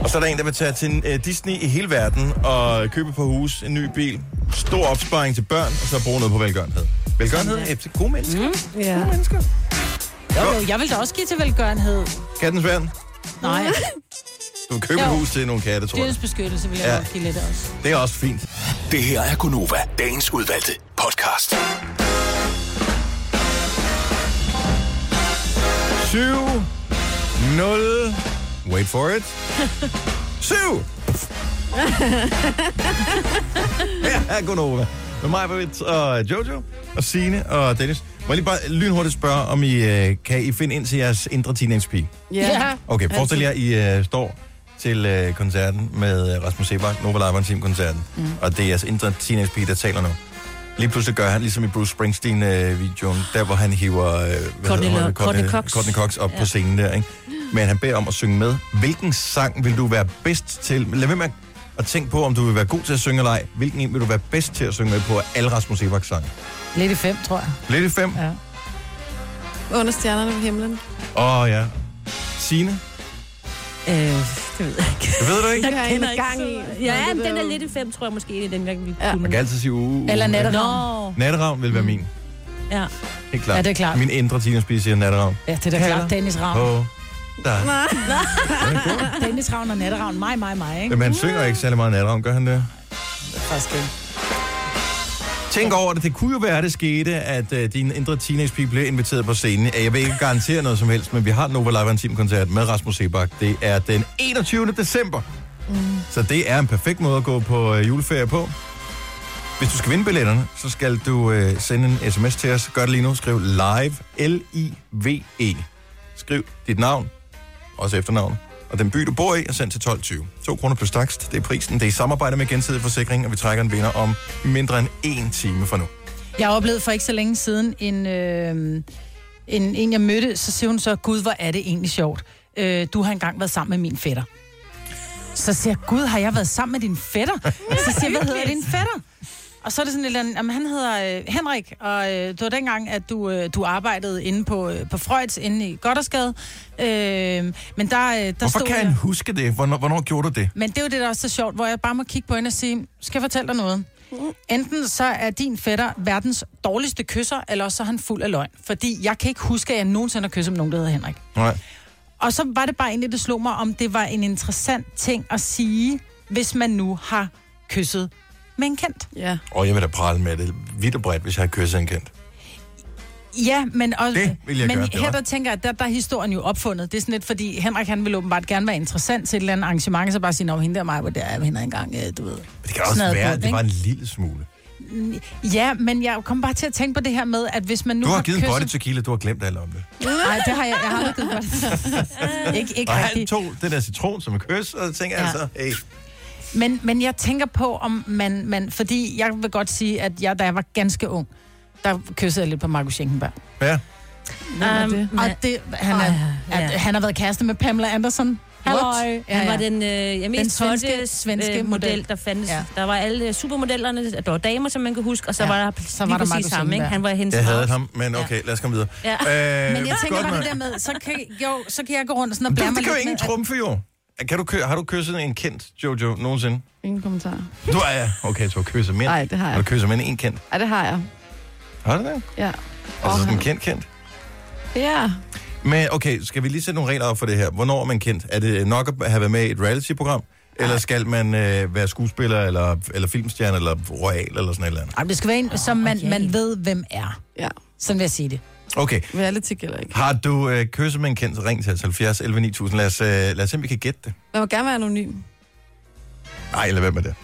Speaker 1: Og så er der en, der vil tage til øh, Disney i hele verden og købe på hus, en ny bil, stor opsparing til børn, og så bruge noget på velgørenhed. Velgørenhed er til gode mennesker. Mm.
Speaker 3: Ja.
Speaker 2: Jo, jo, jeg vil da også give til velgørenhed.
Speaker 1: Kattens verden.
Speaker 2: Nej,
Speaker 1: Du kan købe et
Speaker 2: Jo.
Speaker 1: hus til nogle katte, tror jeg.
Speaker 2: dyrets beskyttelse vil jeg
Speaker 1: Ja.
Speaker 2: ja. godt give lidt også.
Speaker 1: Det er også fint.
Speaker 6: Det her er Gunova, dagens udvalgte podcast.
Speaker 1: 7, 0, wait for it, 7. Her er Gunova. Med mig, Britt og Jojo og Sine og Dennis. Må jeg lige bare lynhurtigt spørge, om I øh, kan I finde ind til jeres indre teenagepige?
Speaker 3: Ja.
Speaker 1: Okay, forestil jer, I øh, står til øh, koncerten med øh, Rasmus Sebak, Nova Live Team koncerten, mm. og det er jeres indre teenagepige, der taler nu. Lige pludselig gør han ligesom i Bruce Springsteen-videoen, der hvor han hiver øh, hvad
Speaker 4: Courtney
Speaker 1: hedder hun?
Speaker 4: Lo- Courtney Cox.
Speaker 1: Courtney Cox op ja. på scenen der, ikke? Men han beder om at synge med. Hvilken sang vil du være bedst til? Lad være med at tænke på, om du vil være god til at synge eller ej. Hvilken en vil du være bedst til at synge med på af alle Rasmus Sebaks sange?
Speaker 2: Lidt i fem, tror jeg.
Speaker 1: Lidt i fem. Åh
Speaker 2: Ja.
Speaker 3: Under stjernerne på himlen.
Speaker 1: ja. Oh, ja. Signe,
Speaker 4: Øh, det ved jeg ikke.
Speaker 1: det ved du ikke.
Speaker 3: Jeg har en af gang i.
Speaker 4: Ja, men den er lidt i fem, tror jeg måske. Det er den, jeg vil
Speaker 3: Ja.
Speaker 1: Man kan altid sige... Uh, uh,
Speaker 2: Eller
Speaker 1: uh,
Speaker 2: netop. Nå.
Speaker 1: Natteravn vil være min.
Speaker 4: Ja.
Speaker 1: Helt klart.
Speaker 2: Mm. Ja, det er klart.
Speaker 1: Min indre teenagepige siger natteravn.
Speaker 2: Ja, det er da klart. Dennis Ravn.
Speaker 1: Åh, oh, der.
Speaker 2: Dennis Ravn og Natteravn. Mig, mig, mig, ikke?
Speaker 1: Men han synger ikke særlig meget natteravn, gør han det? Tænk over det. Det kunne jo være, at det skete, at uh, din indre teenagepige blev inviteret på scenen. Jeg vil ikke garantere noget som helst, men vi har Nova Live Team koncert med Rasmus Sebak. Det er den 21. december. Mm. Så det er en perfekt måde at gå på øh, juleferie på. Hvis du skal vinde billetterne, så skal du øh, sende en sms til os. Gør det lige nu. Skriv live, L-I-V-E. E. Skriv dit navn, også efternavn, og den by, du bor i, er sendt til 12.20. 2 kroner plus takst, det er prisen. Det er i samarbejde med Gensidig Forsikring, og vi trækker en vinder om mindre end en time fra nu.
Speaker 2: Jeg oplevede for ikke så længe siden en, øh, en, en, jeg mødte, så siger hun så, Gud, hvor er det egentlig sjovt. Øh, du har engang været sammen med min fætter. Så siger jeg, Gud, har jeg været sammen med din fætter? Så siger jeg, hvad hedder din fætter? Og så er det sådan et eller andet, jamen, han hedder øh, Henrik, og øh, det var dengang, at du, øh, du arbejdede inde på, øh, på Freuds, inde i Goddersgade. Øh, men der, øh, der
Speaker 1: Hvorfor
Speaker 2: stod
Speaker 1: kan
Speaker 2: jeg-
Speaker 1: han huske det? Hvornår, hvornår gjorde du det?
Speaker 2: men det er jo det, der også er så sjovt, hvor jeg bare må kigge på hende og sige, skal jeg fortælle dig noget? Enten så er din fætter verdens dårligste kysser, eller også så er han fuld af løgn. Fordi jeg kan ikke huske, at jeg nogensinde har kysset med nogen, der hedder Henrik.
Speaker 1: Nej.
Speaker 2: Og så var det bare egentlig, det slog mig, om det var en interessant ting at sige, hvis man nu har kysset med en kendt.
Speaker 3: Ja.
Speaker 1: Og jeg vil da prale med det vidt og bredt, hvis jeg har kysset en kendt.
Speaker 2: Ja, men, også,
Speaker 1: Det vil jeg
Speaker 2: men
Speaker 1: gøre, det
Speaker 2: her
Speaker 1: var.
Speaker 2: der tænker jeg, at der, der er historien jo opfundet. Det er sådan lidt, fordi Henrik han vil åbenbart gerne være interessant til et eller andet arrangement, så bare sige, om hende der mig, hvor der er hende engang, øh, du ved.
Speaker 1: Men det kan også
Speaker 2: Snadret
Speaker 1: være,
Speaker 2: på,
Speaker 1: at det
Speaker 2: ikke?
Speaker 1: var en lille smule.
Speaker 2: Ja, men jeg kom bare til at tænke på det her med, at hvis man nu
Speaker 1: Du har
Speaker 2: har
Speaker 1: givet en body
Speaker 2: kysset...
Speaker 1: tequila, du har glemt alt om det.
Speaker 2: Nej, det har jeg, jeg har aldrig givet godt. ikke ikke
Speaker 1: Og han
Speaker 2: rigtigt.
Speaker 1: tog det der citron som en kys, og så tænker jeg
Speaker 2: Ja.
Speaker 1: altså, hey,
Speaker 2: Men, men jeg tænker på, om man, man... Fordi jeg vil godt sige, at jeg, da jeg var ganske ung, der kyssede jeg lidt på Markus Schenkenberg.
Speaker 1: ja.
Speaker 4: Um,
Speaker 3: det?
Speaker 2: Og det, han, er,
Speaker 4: Ej, ja.
Speaker 2: at, han har været kæreste med Pamela Andersen. Halløj.
Speaker 4: What? Han var den, øh, jeg mest
Speaker 2: Den svenske-
Speaker 4: svenske,
Speaker 2: svenske
Speaker 4: svenske øh,
Speaker 2: model.
Speaker 4: model, der fandtes.
Speaker 2: Ja.
Speaker 4: Ja. Der var alle øh, supermodellerne, der var damer, som man kan huske, og så
Speaker 2: Ja.
Speaker 4: ja. var der
Speaker 2: Så var
Speaker 4: så lige
Speaker 2: der
Speaker 4: var der
Speaker 2: Marcus
Speaker 4: præcis ham, ikke?
Speaker 2: Engberg.
Speaker 4: Han var hendes
Speaker 1: Jeg havde
Speaker 4: far.
Speaker 1: ham, men okay, lad os komme videre.
Speaker 4: Ja.
Speaker 1: Øh,
Speaker 2: Men jeg tænker
Speaker 1: godt
Speaker 2: bare
Speaker 1: nok.
Speaker 2: det der med, så kan, jo, så kan jeg gå rundt og sådan og blære
Speaker 1: Det,
Speaker 2: mig
Speaker 1: det kan jo
Speaker 2: lidt
Speaker 1: ingen
Speaker 2: med, at-
Speaker 1: trumfe, jo. Kan du, kø- har du kysset en kendt, Jojo, nogensinde?
Speaker 3: Ingen kommentar.
Speaker 1: Du er ja. Okay, du har kysset mænd.
Speaker 3: Nej, det har
Speaker 1: Har
Speaker 3: jeg.
Speaker 1: du kysset mænd en kendt?
Speaker 3: Ja, det har jeg.
Speaker 1: Har du det?
Speaker 3: Ja.
Speaker 1: Altså
Speaker 3: Åh,
Speaker 1: sådan
Speaker 3: han-
Speaker 1: kendt, kendt.
Speaker 3: Ja.
Speaker 1: Men okay, skal vi lige sætte nogle regler op for det her? Hvornår er man kendt? Er det nok at have været med i et reality-program? Eller skal man øh, være skuespiller, eller, eller filmstjerne, eller royal, eller sådan et eller andet?
Speaker 2: Ej, men det skal være en, som man,
Speaker 4: okay.
Speaker 2: man ved, hvem er.
Speaker 3: Ja.
Speaker 2: Sådan vil jeg sige det.
Speaker 1: Okay,
Speaker 3: Reality gælder ikke.
Speaker 1: har du øh, kysset med en kendt, så ring til os 70 11 9000. Lad os, øh, lad os se, om vi kan gætte det.
Speaker 3: Man må gerne være anonym.
Speaker 1: Nej, lad være med det.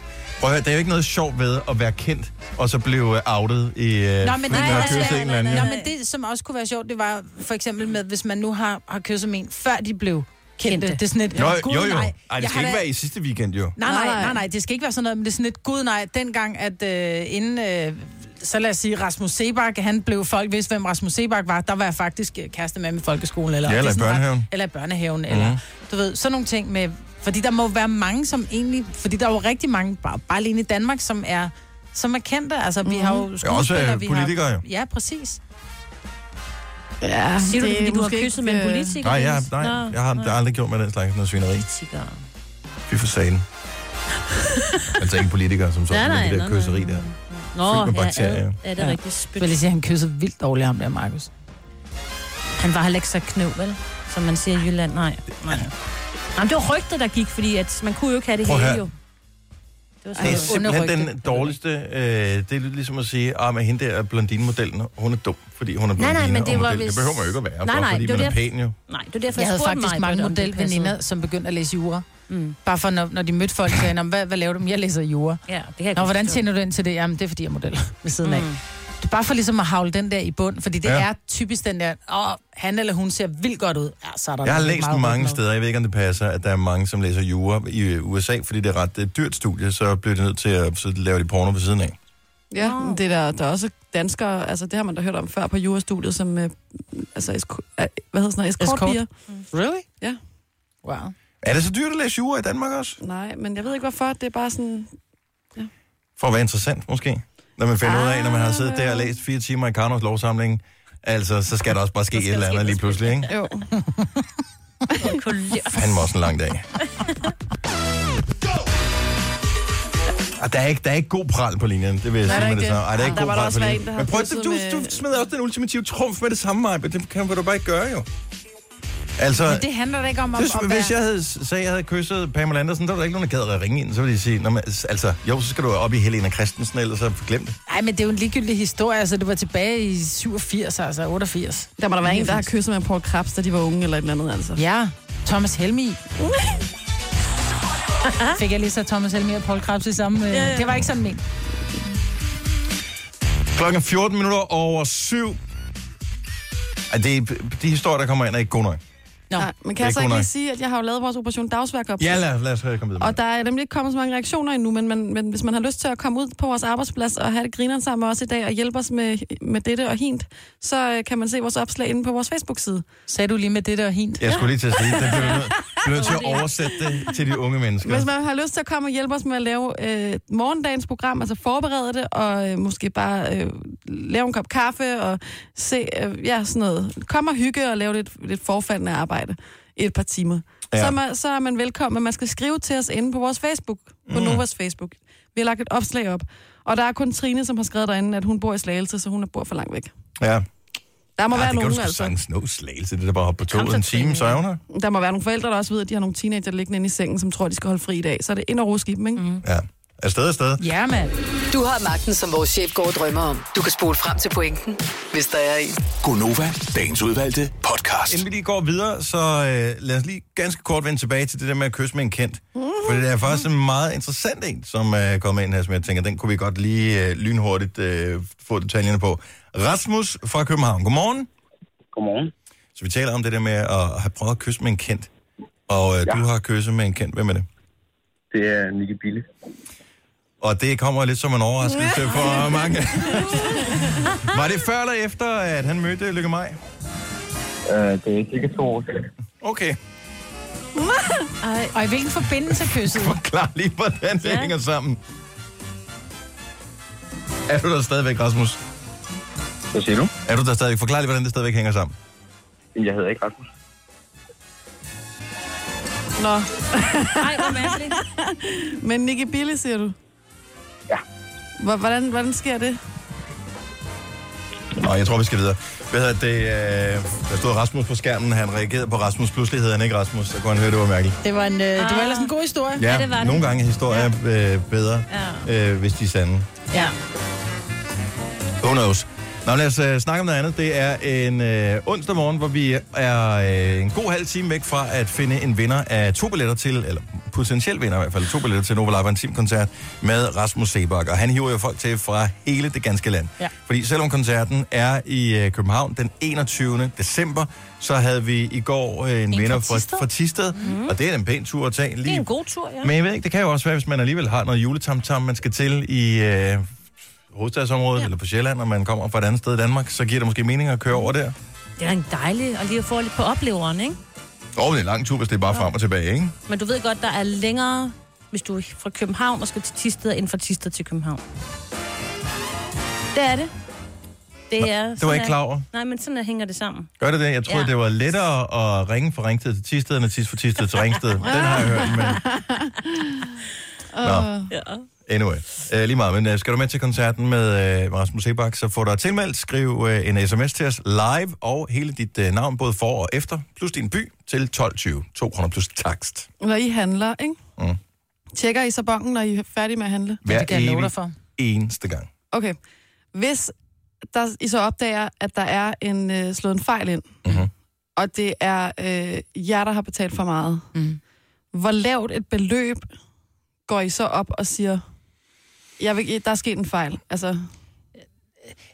Speaker 1: Prøv at høre, der er jo ikke noget sjovt ved at være kendt, og så blive øh, outet i... Øh,
Speaker 2: Nå, men det,
Speaker 1: man har
Speaker 2: nej, altså,
Speaker 1: kysset
Speaker 2: nej,
Speaker 1: en eller
Speaker 2: nej,
Speaker 1: anden,
Speaker 2: nej,
Speaker 1: ja.
Speaker 2: nej, men det, som også kunne være sjovt, det var for eksempel med, hvis man nu har, har kysset med en, før de blev kendte.
Speaker 4: Kendte.
Speaker 2: Det er sådan et,
Speaker 1: Nå,
Speaker 2: gud,
Speaker 1: jo, jo.
Speaker 2: nej.
Speaker 1: Ej,
Speaker 2: Jeg
Speaker 1: det skal
Speaker 2: har
Speaker 1: ikke
Speaker 2: da-
Speaker 1: være i sidste weekend, jo.
Speaker 2: Nej, nej,
Speaker 3: Nej.
Speaker 2: nej, nej, det skal ikke være sådan noget, men det er sådan et, gud nej, dengang, at øh, inden øh, så lad os sige, Rasmus Sebak, han blev folk, vidste hvem Rasmus Sebak var, der var jeg faktisk øh, kæreste med med folkeskolen. Eller,
Speaker 1: Ja, eller i
Speaker 2: det er sådan ret-
Speaker 1: børnehaven. Mhm.
Speaker 2: Eller i børnehaven, mm. eller du ved, sådan nogle ting med, fordi der må være mange, som egentlig, fordi der er jo rigtig mange, bare, bare alene i Danmark, som er, som er kendte. Altså, vi har
Speaker 1: Mhm.
Speaker 2: jo skuespillere, vi har...
Speaker 1: øh, politikere, jo.
Speaker 2: Ja, præcis.
Speaker 3: Ja,
Speaker 4: Siger du,
Speaker 3: det er
Speaker 4: fordi du har
Speaker 3: måske
Speaker 4: kysset
Speaker 3: ikke,
Speaker 4: med en
Speaker 3: øh,
Speaker 4: politiker?
Speaker 1: Nej, jeg,
Speaker 4: Dennis?
Speaker 1: nej,
Speaker 4: Nå,
Speaker 1: jeg har,
Speaker 4: nå.
Speaker 1: der har aldrig gjort med den slags noget svineri.
Speaker 4: Politiker.
Speaker 1: Fy for sagen. altså ikke politikere, som sådan,
Speaker 4: Nej,
Speaker 1: men
Speaker 4: nej,
Speaker 1: det der
Speaker 4: nej,
Speaker 1: kysseri
Speaker 4: nej,
Speaker 1: der.
Speaker 4: Nå,
Speaker 1: Fyldt med
Speaker 4: ja,
Speaker 1: bakterier,
Speaker 4: ja,
Speaker 1: jo.
Speaker 4: ja, det er
Speaker 2: Ja.
Speaker 4: rigtig
Speaker 2: Jeg vil lige
Speaker 4: spyt.
Speaker 2: sige, at han kyssede vildt dårligt ham der, Markus.
Speaker 4: Han var heller ikke så knøv, vel? Som man siger i Jylland, nej. nej. Jamen, det var rygter, der gik, fordi at man kunne jo ikke have det
Speaker 1: Prøv at
Speaker 4: hele,
Speaker 1: høre.
Speaker 4: jo. Det var
Speaker 1: Det er
Speaker 4: sådan noget.
Speaker 1: simpelthen den dårligste. Øh, det er lidt ligesom at sige, at med hende der blondinemodellen, hun er dum, fordi hun er
Speaker 4: Nej, nej,
Speaker 1: blondine
Speaker 4: men det
Speaker 1: og
Speaker 4: var
Speaker 1: model. Det
Speaker 4: vist-
Speaker 1: behøver man jo ikke at være,
Speaker 4: Nej,
Speaker 1: bare
Speaker 4: nej,
Speaker 1: fordi
Speaker 4: det var
Speaker 1: man er
Speaker 4: det, jeg-
Speaker 1: pæn jo.
Speaker 4: Nej, det var derfor,
Speaker 2: Jeg
Speaker 4: jeg,
Speaker 2: havde
Speaker 4: spurgte
Speaker 2: faktisk
Speaker 4: mig,
Speaker 2: mange modelveninder, som begyndte at læse jura.
Speaker 4: Mm.
Speaker 2: Bare for, når, når de mødte folk, sagde, "Nå, men hvad, hvad laver du? "Jamen, Jeg læser jura.
Speaker 4: Ja, det kan jeg
Speaker 2: Nå,
Speaker 4: godt
Speaker 2: hvordan
Speaker 4: forstå.
Speaker 2: tjener du ind til det? Jamen, det er, fordi jeg er model ved siden af.
Speaker 4: Mm.
Speaker 2: Det er bare for ligesom at havle den der i bund, fordi det
Speaker 1: Ja.
Speaker 2: ja. er typisk den der, åh, han eller hun ser vildt godt ud. Ja, så er der
Speaker 1: Jeg har
Speaker 2: nok
Speaker 1: læst
Speaker 2: meget at rykke
Speaker 1: mange
Speaker 2: med.
Speaker 1: steder, jeg ved ikke, om det passer, at der er mange, som læser jura i øh, USA, fordi det er ret øh, dyrt studie, så bliver det nødt til at så lave de porno ved siden af.
Speaker 3: Ja, men det er der, der er også danskere, altså det har man da hørt om før på jurastudiet, som, øh, altså, esko, øh, hvad hedder sådan noget, escortbier.
Speaker 2: Really?
Speaker 3: Ja.
Speaker 2: Wow.
Speaker 1: Er det så dyrt at læse jura i Danmark også?
Speaker 3: Nej, men jeg ved ikke hvorfor, det er bare sådan,
Speaker 1: For at være interessant, måske. Når man finder ud af, når man har siddet
Speaker 4: Ah.
Speaker 1: der og læst fire timer i Karnos lovsamling, altså, så skal der også bare ske
Speaker 4: Så skal
Speaker 1: et eller
Speaker 4: der ske
Speaker 1: andet lige
Speaker 4: noget
Speaker 1: pludselig, ikke?
Speaker 3: jo.
Speaker 1: Han var også en lang dag. Og der er, ikke, der er ikke god pral på linjen, det vil jeg
Speaker 3: Nej, der
Speaker 1: sige med
Speaker 3: er ikke
Speaker 1: det
Speaker 3: det.
Speaker 1: samme. Ej, der er ikke
Speaker 3: Der
Speaker 1: god
Speaker 3: var der
Speaker 1: pral
Speaker 3: også
Speaker 1: på
Speaker 3: været
Speaker 1: linjen.
Speaker 3: en, der
Speaker 1: Men
Speaker 3: havde
Speaker 1: prøv, du,
Speaker 3: kysset
Speaker 1: du
Speaker 3: med-
Speaker 1: smider også den ultimative trumf med det samme, Maja. Det kan du da bare ikke gøre, jo. Altså,
Speaker 2: Men det handler da ikke om at,
Speaker 1: hvis,
Speaker 2: at være...
Speaker 1: hvis jeg havde, sagde, at jeg havde kysset Pamela Andersen, der var der ikke nogen, der gad at ringe ind. Så ville de sige, "Nå, men, altså, jo, så skal du op i Helena Christensen, ellers så glem det.
Speaker 2: Nej, men det er jo en ligegyldig historie. Altså, det var tilbage i 87, altså 88.
Speaker 3: Der må der være en, der har kysset med Paul Krabs, da de var unge eller et eller andet, altså.
Speaker 2: Ja, Thomas Helmi. Fik jeg lige så Thomas Helmi og Paul Krebs i samme... Øh... Det var ikke sådan ment.
Speaker 1: Klokken er 14 minutter over syv. Ej, det er, de historier, der kommer ind, er ikke gode nok.
Speaker 2: Nå,
Speaker 3: Nej, men kan
Speaker 1: er
Speaker 3: jeg så
Speaker 1: ikke
Speaker 3: ikke
Speaker 1: god
Speaker 3: lige
Speaker 1: nok.
Speaker 3: sige, at jeg har jo lavet vores operation dagsværk op?
Speaker 1: Ja, lad, lad os høre, komme videre.
Speaker 3: Og der er nemlig ikke kommet så mange reaktioner endnu, men, men, men hvis man har lyst til at komme ud på vores arbejdsplads og have det grineren sammen med os i dag og hjælpe os med, med dette og hint, så øh, kan man se vores opslag inde på vores Facebook-side.
Speaker 2: sagde du lige med det der hint.
Speaker 1: Jeg skulle lige til at sige, den bliver nødt nød til at oversætte det til de unge mennesker.
Speaker 3: Hvis man har lyst til at komme og hjælpe os med at lave øh, morgendagens program, altså forberede det, og øh, måske bare øh, lave en kop kaffe og se, øh, ja, sådan noget. Kom og hygge og lave lidt, lidt forfaldende arbejde i et par timer.
Speaker 1: Ja.
Speaker 3: Ja. Så, er man, så er man velkommen, man skal skrive til os inde på vores Facebook, på mm. Novas Facebook. Vi har lagt et opslag op, og der er kun Trine, som har skrevet derinde, at hun bor i Slagelse, så hun bor for langt væk.
Speaker 1: Ja.
Speaker 3: Der må Arh,
Speaker 1: Ej, Ah, det
Speaker 3: være
Speaker 1: kan
Speaker 3: nogen,
Speaker 1: du sgu
Speaker 3: altså.
Speaker 1: sagtens nå slagelse, det der bare at hoppe på toget
Speaker 4: så
Speaker 1: en time,
Speaker 4: Trine.
Speaker 1: så er hun her.
Speaker 3: Der må være nogle forældre, der også ved, at de har nogle teenager liggende inde i sengen, som tror, de skal holde fri i dag. Så er det ind og ruske i dem, ikke? Mm.
Speaker 1: Ja. Afsted, afsted.
Speaker 2: Ja, mand.
Speaker 5: Du har magten, som vores chef går og drømmer om. Du kan spole frem til pointen, hvis der er en.
Speaker 6: Gonova, dagens udvalgte podcast.
Speaker 1: Inden vi lige går videre, så øh, lad os lige ganske kort vende tilbage til det der med at kysse med en kendt.
Speaker 3: Mm.
Speaker 1: For det er faktisk en meget interessant en, som øh, er kommet ind her, som jeg tænker, den kunne vi godt lige øh, lynhurtigt øh, få detaljerne på. Rasmus fra København, godmorgen.
Speaker 9: Godmorgen.
Speaker 1: Så vi taler om det der med at have prøvet at kysse med en kendt. Og øh, ja. du har kysset med en kendt. Hvem er det?
Speaker 9: Det er Nicky Bille.
Speaker 1: Og det kommer lidt som en overraskelse for mange. var det før eller efter, at han mødte Lykke Maj?
Speaker 9: Uh, det er cirka to år siden.
Speaker 1: Okay,
Speaker 2: Og i hvilken forbindelse kyssede?
Speaker 1: forklar lige, hvordan det ja. hænger sammen. Er du der stadigvæk, Rasmus?
Speaker 9: Hvad siger du?
Speaker 1: Er du der stadigvæk? Forklar lige, hvordan det stadigvæk hænger sammen.
Speaker 9: Jamen, Jeg hedder ikke Rasmus.
Speaker 3: Nå,
Speaker 4: Nej, hvor mærkeligt.
Speaker 3: Men Nicky Bille, siger du?
Speaker 9: Ja.
Speaker 3: Hvor- Hvordan, hvordan sker det?
Speaker 1: Nå, jeg tror, vi skal videre. Hvad hedder det? Øh, der stod Rasmus på skærmen, han reagerede på Rasmus. Pludselig hed han ikke Rasmus, så kunne han høre, det var mærkeligt.
Speaker 2: Det var, en, øh, det var ellers en god historie.
Speaker 1: Ja,
Speaker 4: det var det.
Speaker 1: nogle gange er historier ja. øh, bedre, ja. øh, hvis de er sande.
Speaker 4: Ja.
Speaker 1: Who knows? Nå, lad os øh, snakke om noget andet. Det er en øh, onsdag morgen, hvor vi er øh, en god halv time væk fra at finde en vinder af to billetter til, eller potentiel vinder i hvert fald, to billetter til Nova Live Team koncert med Rasmus Sebak. Og han hiver jo folk til fra hele det ganske land.
Speaker 2: Ja.
Speaker 1: Fordi selvom koncerten er i øh, København den 21. december, så havde vi i går øh, en, en vinder fra,
Speaker 4: Thisted?
Speaker 1: fra Tisted, mm. og det er en pæn tur at tage. Lige
Speaker 4: Det er en god tur, ja.
Speaker 1: men jeg ved ikke, det kan jo også være, hvis man alligevel har noget juletamtam, man skal til i øh, hovedstadsområdet, ja. eller på Sjælland, og man kommer fra et andet sted i Danmark, så giver det måske mening at køre over der.
Speaker 4: Det er da en dejlig, og lige at få lidt på opleveren, ikke?
Speaker 1: Og det er en lang tur, hvis det er bare frem og tilbage, ikke?
Speaker 4: Men du ved godt, der er længere, hvis du er fra København og skal til Tisted, end fra Tisted til København. Det er det. Det
Speaker 1: Nå,
Speaker 4: er...
Speaker 1: det var
Speaker 4: sådan
Speaker 1: ikke
Speaker 4: er-
Speaker 1: klar over.
Speaker 4: Nej, men sådan er- hænger det sammen.
Speaker 1: Gør det det? Jeg tror, ja.
Speaker 4: Ja.
Speaker 1: det var lettere at ringe fra Ringsted til Tisted, end at tisse fra Tisted til Ringsted. Den har jeg hørt, men... Nå,
Speaker 4: Ja.
Speaker 1: anyway. Uh, lige meget, men uh, skal du med til koncerten med uh, Rasmus Sebak, så får du tilmeldt, skriv uh, en sms til os live, og hele dit uh, navn, både for og efter, plus din by, til 12.20. 200 plus takst.
Speaker 3: Når I handler, ikke?
Speaker 1: Mm.
Speaker 3: Tjekker I så bongen, når I er færdige med at handle?
Speaker 1: Hver
Speaker 2: det kan jeg love
Speaker 1: evig
Speaker 2: dig for.
Speaker 1: eneste gang.
Speaker 3: Okay. Hvis der, I så opdager, at der er en øh, slået en fejl ind,
Speaker 1: Mhm.
Speaker 3: og det er øh, jer, der har betalt for meget,
Speaker 2: Mhm.
Speaker 3: hvor lavt et beløb går I så op og siger, jeg vil, der er sket en fejl? Altså,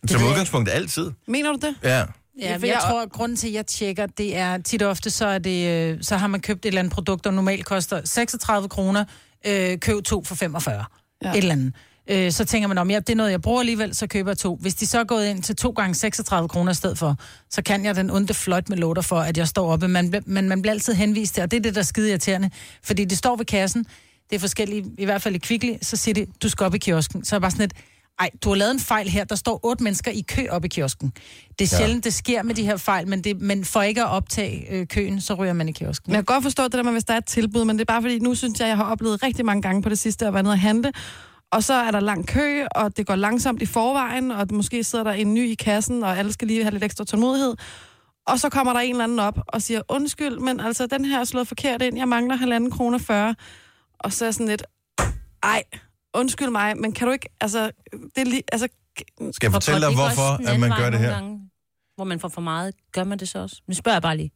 Speaker 1: Som
Speaker 2: ved jeg
Speaker 1: udgangspunkt altid.
Speaker 3: mener du det?
Speaker 1: Ja.
Speaker 2: Ja,
Speaker 3: Ja,
Speaker 2: for
Speaker 3: for
Speaker 2: jeg,
Speaker 3: jeg-
Speaker 2: tror, at grunden til, at jeg tjekker, det er tit og ofte, så, er det, øh, så har man købt et eller andet produkt, der normalt koster 36 kroner. Øh, køb to for 45.
Speaker 3: Ja.
Speaker 2: Ja. Et eller andet. Øh, så tænker man om, ja, det er noget, jeg bruger alligevel, så køber jeg to. Hvis de så er gået ind til to gange 36 kroner i stedet for, så kan jeg den onde fløjt med låter for, at jeg står oppe. Man, bl- men man bliver altid henvist til, og det er det, der er skide irriterende. Fordi det står ved kassen, det er forskellige, i hvert fald i Kvickly, så siger de, du skal op i kiosken. Så er jeg bare sådan et, ej, du har lavet en fejl her. Der står otte mennesker i kø op i kiosken. Det er sjældent, det sker med de her fejl, men, det, men for ikke at optage øh, køen, så ryger man i kiosken.
Speaker 3: Men jeg kan godt forstå det der med, hvis der er et tilbud, men det er bare fordi, nu synes jeg, jeg har oplevet rigtig mange gange på det sidste at være nede og handle, og så er der lang kø, og det går langsomt i forvejen, og måske sidder der en ny i kassen, og alle skal lige have lidt ekstra tålmodighed. Og så kommer der en eller anden op og siger, undskyld, men altså, den her er slået forkert ind, jeg mangler halvanden kroner 40. Og så er jeg sådan lidt, ej, undskyld mig, men kan du ikke, altså, det er lige, altså,
Speaker 1: Skal jeg
Speaker 4: Hvor
Speaker 1: fortælle dig,
Speaker 4: godt det går også
Speaker 1: hvorfor
Speaker 4: den
Speaker 1: at
Speaker 4: anden
Speaker 1: man
Speaker 4: vej
Speaker 1: gør det
Speaker 4: nogle
Speaker 1: her?
Speaker 4: Gange, hvor man får for meget, gør man det så også? Nu spørger jeg bare lige.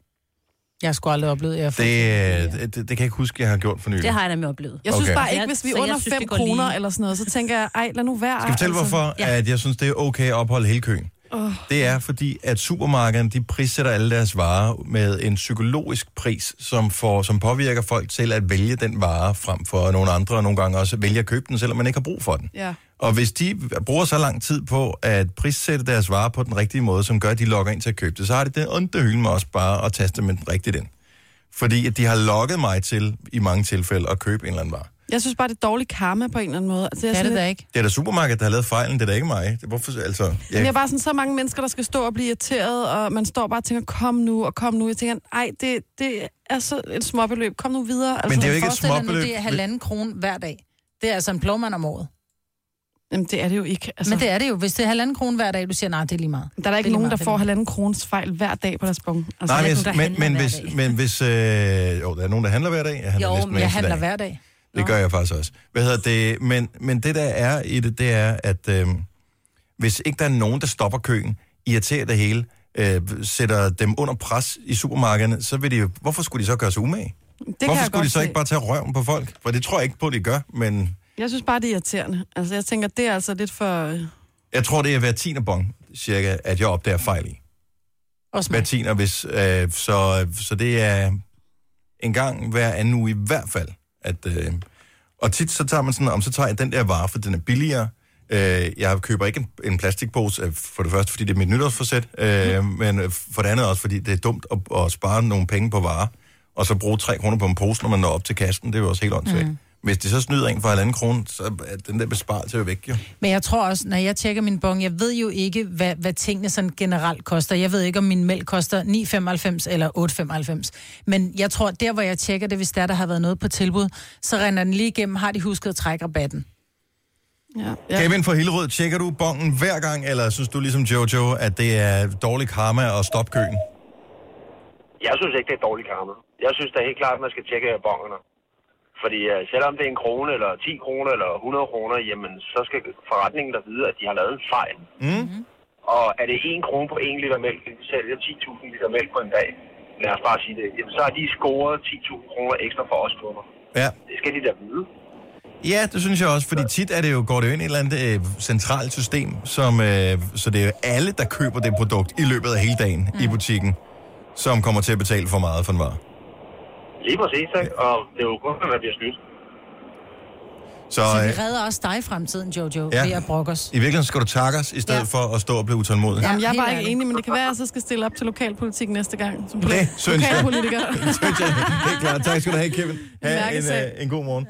Speaker 2: Jeg skulle aldrig opleve, at jeg
Speaker 1: Det,
Speaker 2: det,
Speaker 1: øh, det, det kan jeg ikke huske, jeg har gjort for nylig.
Speaker 4: Det har jeg nemlig oplevet.
Speaker 3: jeg synes
Speaker 1: Okay.
Speaker 3: okay. bare
Speaker 4: Så
Speaker 3: ikke,
Speaker 4: jeg-
Speaker 3: hvis vi
Speaker 4: så
Speaker 3: er
Speaker 4: jeg
Speaker 3: under
Speaker 4: synes,
Speaker 3: 5
Speaker 4: det går
Speaker 3: kroner
Speaker 4: lige.
Speaker 3: eller sådan noget, så tænker jeg, ej, lad nu være. Altså,
Speaker 1: Skal jeg fortælle, hvorfor ja.
Speaker 4: ja.
Speaker 1: at jeg synes, det er okay at opholde hele køen? Oh. Det er fordi, at supermarkederne, de prissætter alle deres varer med en psykologisk pris, som, får, som påvirker folk til at vælge den vare frem for nogle andre, og nogle gange også vælge at købe den, selvom man ikke har brug for den.
Speaker 3: Ja.
Speaker 1: Og hvis de bruger så lang tid på at prissætte deres varer på den rigtige måde, som gør, at de lokker ind til at købe det, så har de den onde hylde med også bare at taste med den rigtigt ind. Fordi at de har lokket mig til, i mange tilfælde, at købe en eller anden vare.
Speaker 3: Jeg synes bare, det er dårlig karma på en eller anden måde. Altså, jeg
Speaker 2: det er
Speaker 3: sådan
Speaker 2: det
Speaker 3: lidt-
Speaker 2: da ikke.
Speaker 1: Det er da supermarkedet, der har lavet fejlen, det er da ikke mig. Det, hvorfor, altså, jeg,
Speaker 3: Men jeg er bare sådan så mange mennesker, der skal stå og blive irriteret, og man står bare og tænker, kom nu, og kom nu. Jeg tænker, nej, det, det er så et småbeløb. Kom nu videre. Altså,
Speaker 1: Men det er jo ikke et
Speaker 2: Forestil dig nu,
Speaker 1: småbeløb.
Speaker 2: det er halvanden krone hver dag. Det er altså en plovmand om året.
Speaker 3: Jamen, det er det jo ikke. Altså,
Speaker 2: Men det er det jo. Hvis det er halvanden krone hver dag, du siger, nej, det er lige meget.
Speaker 3: der er der
Speaker 2: det
Speaker 3: ikke
Speaker 2: er
Speaker 3: nogen,
Speaker 2: lige
Speaker 3: der
Speaker 2: meget
Speaker 3: får
Speaker 2: fedt.
Speaker 3: halvanden krones fejl hver dag på deres bong. Altså,
Speaker 1: Nej,
Speaker 4: der
Speaker 1: men,
Speaker 4: er
Speaker 1: jeg,
Speaker 4: ikke
Speaker 1: men,
Speaker 4: nogen, der
Speaker 1: men,
Speaker 4: handler
Speaker 1: hvis,
Speaker 4: hver dag.
Speaker 1: men hvis... Øh, jo, der er nogen, der handler hver dag. Jeg handler
Speaker 4: Jo,
Speaker 1: næsten
Speaker 4: men
Speaker 1: hver
Speaker 2: Jeg
Speaker 1: eneste
Speaker 2: handler
Speaker 1: dag.
Speaker 2: hver dag.
Speaker 1: Det gør jeg faktisk også. Hvad hedder det? Men, men det, der er i det, det er, at øh, hvis ikke der er nogen, der stopper køen, irriterer det hele, øh, sætter dem under pres i supermarkederne, så vil de jo... Hvorfor skulle de så gøre sig umage?
Speaker 3: det kan
Speaker 1: hvorfor
Speaker 3: jeg
Speaker 1: skulle
Speaker 3: godt
Speaker 1: de så
Speaker 3: se.
Speaker 1: ikke bare tage røven på folk? For det tror jeg ikke på, de gør, men
Speaker 3: Jeg synes bare, det er irriterende. Altså, jeg tænker, det er altså lidt for... øh,
Speaker 1: jeg tror, det er hver tiende bong, cirka, at jeg opdager fejl i.
Speaker 2: Også
Speaker 1: hver
Speaker 2: mig.
Speaker 1: tiende, hvis, øh, så, så det er en gang hver anden uge i hvert fald. At, øh, og tit så tager man sådan, om så tager jeg den der vare, for den er billigere. Øh, jeg køber ikke en, en plastikpose, øh, for det første, fordi det er mit nytårsforsæt, øh, men øh, for det andet også, fordi det er dumt at, at spare nogle penge på varer, og så bruge 3 kroner på en pose, når man når op til kassen. Det er jo også helt åndssvagt. Mm. Hvis de så snyder en for halvanden krone, så er den der besparelse jo væk, jo.
Speaker 2: Men jeg tror også, når jeg tjekker min bong, jeg ved jo ikke, hvad, hvad tingene sådan generelt koster. Jeg ved ikke, om min mælk koster 9,95 eller 8,95. Men jeg tror, der hvor jeg tjekker det, hvis der, der har været noget på tilbud, så render den lige igennem, har de husket at trække rabatten.
Speaker 3: Ja.
Speaker 1: Ja.
Speaker 3: Ja.
Speaker 1: Kevin fra Hillerød, tjekker du bongen hver gang, eller synes du ligesom Jojo, at det er dårlig karma at stoppe køen?
Speaker 8: Jeg synes ikke, det er dårlig karma. Jeg synes da helt klart, at man skal tjekke bongerne. Fordi uh, selvom det er en krone, eller 10 kroner, eller 100 kroner, jamen så skal forretningen der vide, at de har lavet en fejl.
Speaker 1: Mm.
Speaker 8: Og er det 1 krone på 1 liter mælk, hvis de sælger 10.000 liter mælk på en dag, lad os bare sige det, jamen så har de scoret 10.000 kroner ekstra for os kunder.
Speaker 1: Ja.
Speaker 8: Det skal de da vide.
Speaker 1: ja, det synes jeg også, fordi tit er det jo, går det jo ind i et eller andet øh, centralt system, som, øh, så det er jo alle, der køber det produkt i løbet af hele dagen mm. i butikken, som kommer til at betale for meget for en vare.
Speaker 8: Lige præcis, ikke? Og det er jo kun, at man bliver snydt.
Speaker 1: Så,
Speaker 2: Så
Speaker 1: øh,
Speaker 2: vi redder også dig i fremtiden, Jojo,
Speaker 1: Ja.
Speaker 2: ja. ved at brokke os.
Speaker 1: I virkeligheden skal du takke os, i stedet
Speaker 2: Ja.
Speaker 1: ja. for at stå og blive utålmodig.
Speaker 3: Jamen, jeg er
Speaker 2: helt
Speaker 3: bare ikke
Speaker 2: ærligt.
Speaker 3: enig, men det kan være, at jeg så skal stille op til lokalpolitik næste gang. Som
Speaker 1: Det synes jeg.
Speaker 3: lokalpolitiker.
Speaker 1: Synes jeg. Helt klart. Tak skal du have, Kevin. Ha' en,
Speaker 3: Mærkesag.
Speaker 1: øh, en god morgen.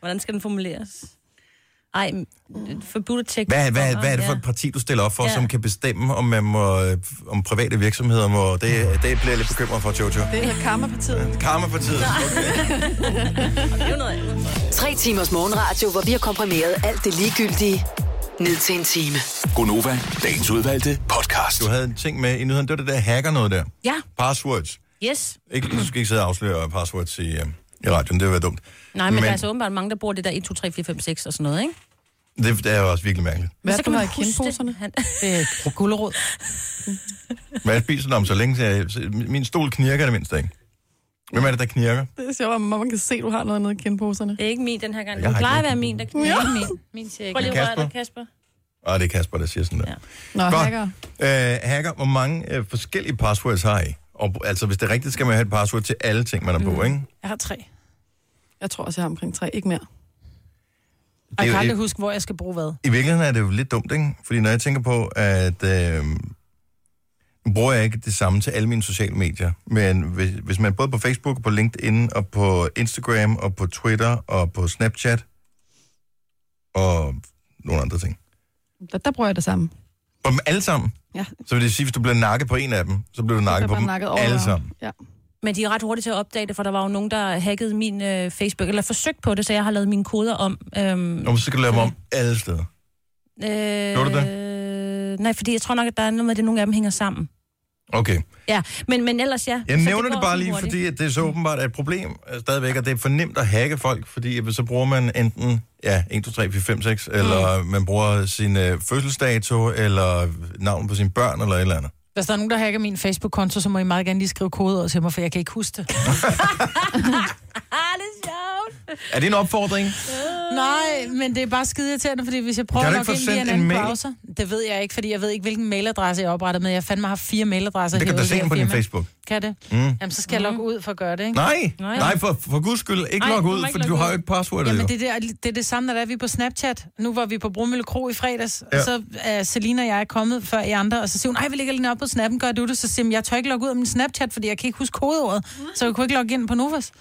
Speaker 4: Hvordan skal den formuleres? Ej, m- forbudt at tjekke.
Speaker 1: Hvad, hvad, hvad er det for et parti, du stiller op for, ja.
Speaker 4: Ja.
Speaker 1: som kan bestemme, om, man må, øh, om private virksomheder må... Det, det bliver jeg lidt bekymret for, Jojo.
Speaker 3: Det hedder Karmapartiet.
Speaker 1: Karma-partiet. Okay.
Speaker 4: Det er jo noget andet.
Speaker 5: Tre timers morgenradio, hvor vi har komprimeret alt det ligegyldige ned til en time.
Speaker 6: Gonova, dagens udvalgte podcast.
Speaker 1: Du havde en ting med i nyheden. Det var det der hacker noget der.
Speaker 4: Ja,
Speaker 1: Passwords.
Speaker 4: yes.
Speaker 1: Ikke, du skal ikke sidde og afsløre passwords i, øh, i radioen. Det vil være dumt.
Speaker 4: Nej, men, men, der
Speaker 1: Men-
Speaker 4: er altså åbenbart mange, der bruger det der 1, 2, 3, 4, 5, 6 og sådan noget, ikke?
Speaker 1: Det, det er jo også virkelig mærkeligt.
Speaker 4: Men
Speaker 3: Hvad
Speaker 4: så
Speaker 3: du
Speaker 4: kan man
Speaker 3: har i
Speaker 4: huske
Speaker 3: kindposerne?
Speaker 4: det. Han,
Speaker 2: Det er gulerod.
Speaker 1: Hvad spiser du om så længe? Jeg, min stol knirker det mindste ikke. Hvem er det, der knirker?
Speaker 3: Det er sjovt, at man kan se, at du har noget nede i kindposerne.
Speaker 4: det er ikke min den her gang.
Speaker 1: har
Speaker 4: Den
Speaker 1: ikke
Speaker 4: plejer at
Speaker 1: noget.
Speaker 4: være min, der kan ja. ikke min. Min siger ikke. Prøv lige at røre
Speaker 1: Kasper?
Speaker 4: dig, Kasper.
Speaker 1: Ah, det er Kasper, der siger sådan der. Ja.
Speaker 3: Nå, hacker.
Speaker 1: Øh, hacker, hvor mange øh, forskellige passwords har I? Og, altså, hvis det er rigtigt, skal man have et password til alle ting, man har
Speaker 4: Mm.
Speaker 1: på, ikke?
Speaker 2: Jeg har tre.
Speaker 3: Jeg tror også, jeg har omkring tre. Ikke mere.
Speaker 2: Og jeg
Speaker 1: jo
Speaker 2: kan aldrig
Speaker 1: et-
Speaker 2: huske, hvor jeg skal bruge hvad.
Speaker 1: I virkeligheden er det jo lidt dumt, ikke? Fordi når jeg tænker på, at øh, nu bruger jeg ikke det samme til alle mine sociale medier, men hvis, hvis man både på Facebook, og på LinkedIn, og på Instagram, og på Twitter, og på Snapchat, og nogle andre ting.
Speaker 3: Der, der bruger jeg det samme.
Speaker 1: På dem alle sammen.
Speaker 3: Ja.
Speaker 1: Så vil det sige, hvis du bliver nakket på en af dem, så bliver du nakket
Speaker 3: Jeg
Speaker 1: på
Speaker 3: bare
Speaker 1: dem
Speaker 3: nakket over.
Speaker 1: alle sammen.
Speaker 3: Ja.
Speaker 4: Men de er ret hurtige til at opdage det, for der var jo nogen, der hackede min øh, Facebook, eller forsøgt på det, så jeg har lavet mine koder om. Øhm,
Speaker 1: Og så skal du lave dem om alle steder. Gjorde du
Speaker 4: øh, nej, fordi jeg tror nok, at der er noget med, at det, nogle af dem hænger sammen.
Speaker 1: Okay.
Speaker 4: Ja, men, men ellers ja.
Speaker 1: Jeg
Speaker 4: Så
Speaker 1: nævner
Speaker 4: går
Speaker 1: det bare
Speaker 4: sådan
Speaker 1: lige,
Speaker 4: hurtigt.
Speaker 1: fordi at det er så åbenbart er et problem øh, stadigvæk, og det er for nemt at hacke folk, fordi øh, så bruger man enten ja, 1, 2, 3, 4, 5, 6, eller man bruger sin øh, fødselsdato, eller navn på sine børn, eller et eller andet.
Speaker 2: Hvis der er nogen, der hacker min Facebook-konto, så må I meget gerne lige skrive kode over til mig, for jeg kan ikke huske det.
Speaker 4: Ah, det er sjovt.
Speaker 1: Er det en opfordring?
Speaker 2: Nej, men det er bare skide irriterende, fordi hvis jeg prøver
Speaker 1: Kan du
Speaker 2: nok
Speaker 1: ikke
Speaker 2: ind
Speaker 1: få
Speaker 2: via en
Speaker 1: sendt
Speaker 2: anden
Speaker 1: en mail?
Speaker 2: browser, det ved jeg ikke, fordi jeg ved ikke, hvilken mailadresse jeg er oprettet med. Jeg fandme har fire mailadresser.
Speaker 1: Det kan du
Speaker 2: hævet
Speaker 1: da se
Speaker 2: i her
Speaker 1: på din
Speaker 2: firma.
Speaker 1: Facebook.
Speaker 2: Kan det? Mm. Jamen, så skal jeg logge ud for at gøre det, ikke?
Speaker 1: Nej,
Speaker 4: Nej.
Speaker 1: nej, for, for guds skyld, ikke
Speaker 4: Nej,
Speaker 1: log
Speaker 4: du må
Speaker 1: ud,
Speaker 4: ikke
Speaker 1: for
Speaker 4: logge
Speaker 1: du har
Speaker 4: ud.
Speaker 1: jo ikke passwordet.
Speaker 2: Jamen,
Speaker 1: Jamen,
Speaker 2: det, er der, det er det samme, når det er, vi er på Snapchat. Nu var vi på Bromølle Kro i fredags, ja.
Speaker 1: Ja.
Speaker 2: og så er Selina og jeg er kommet før I andre, og så siger hun, ej, vi ligger lige nede op på Snappen, gør du det? Så siger hun, jeg tør ikke logge ud af min Snapchat, fordi jeg kan ikke huske kodeordet, så jeg kunne ikke logge ind på Novas.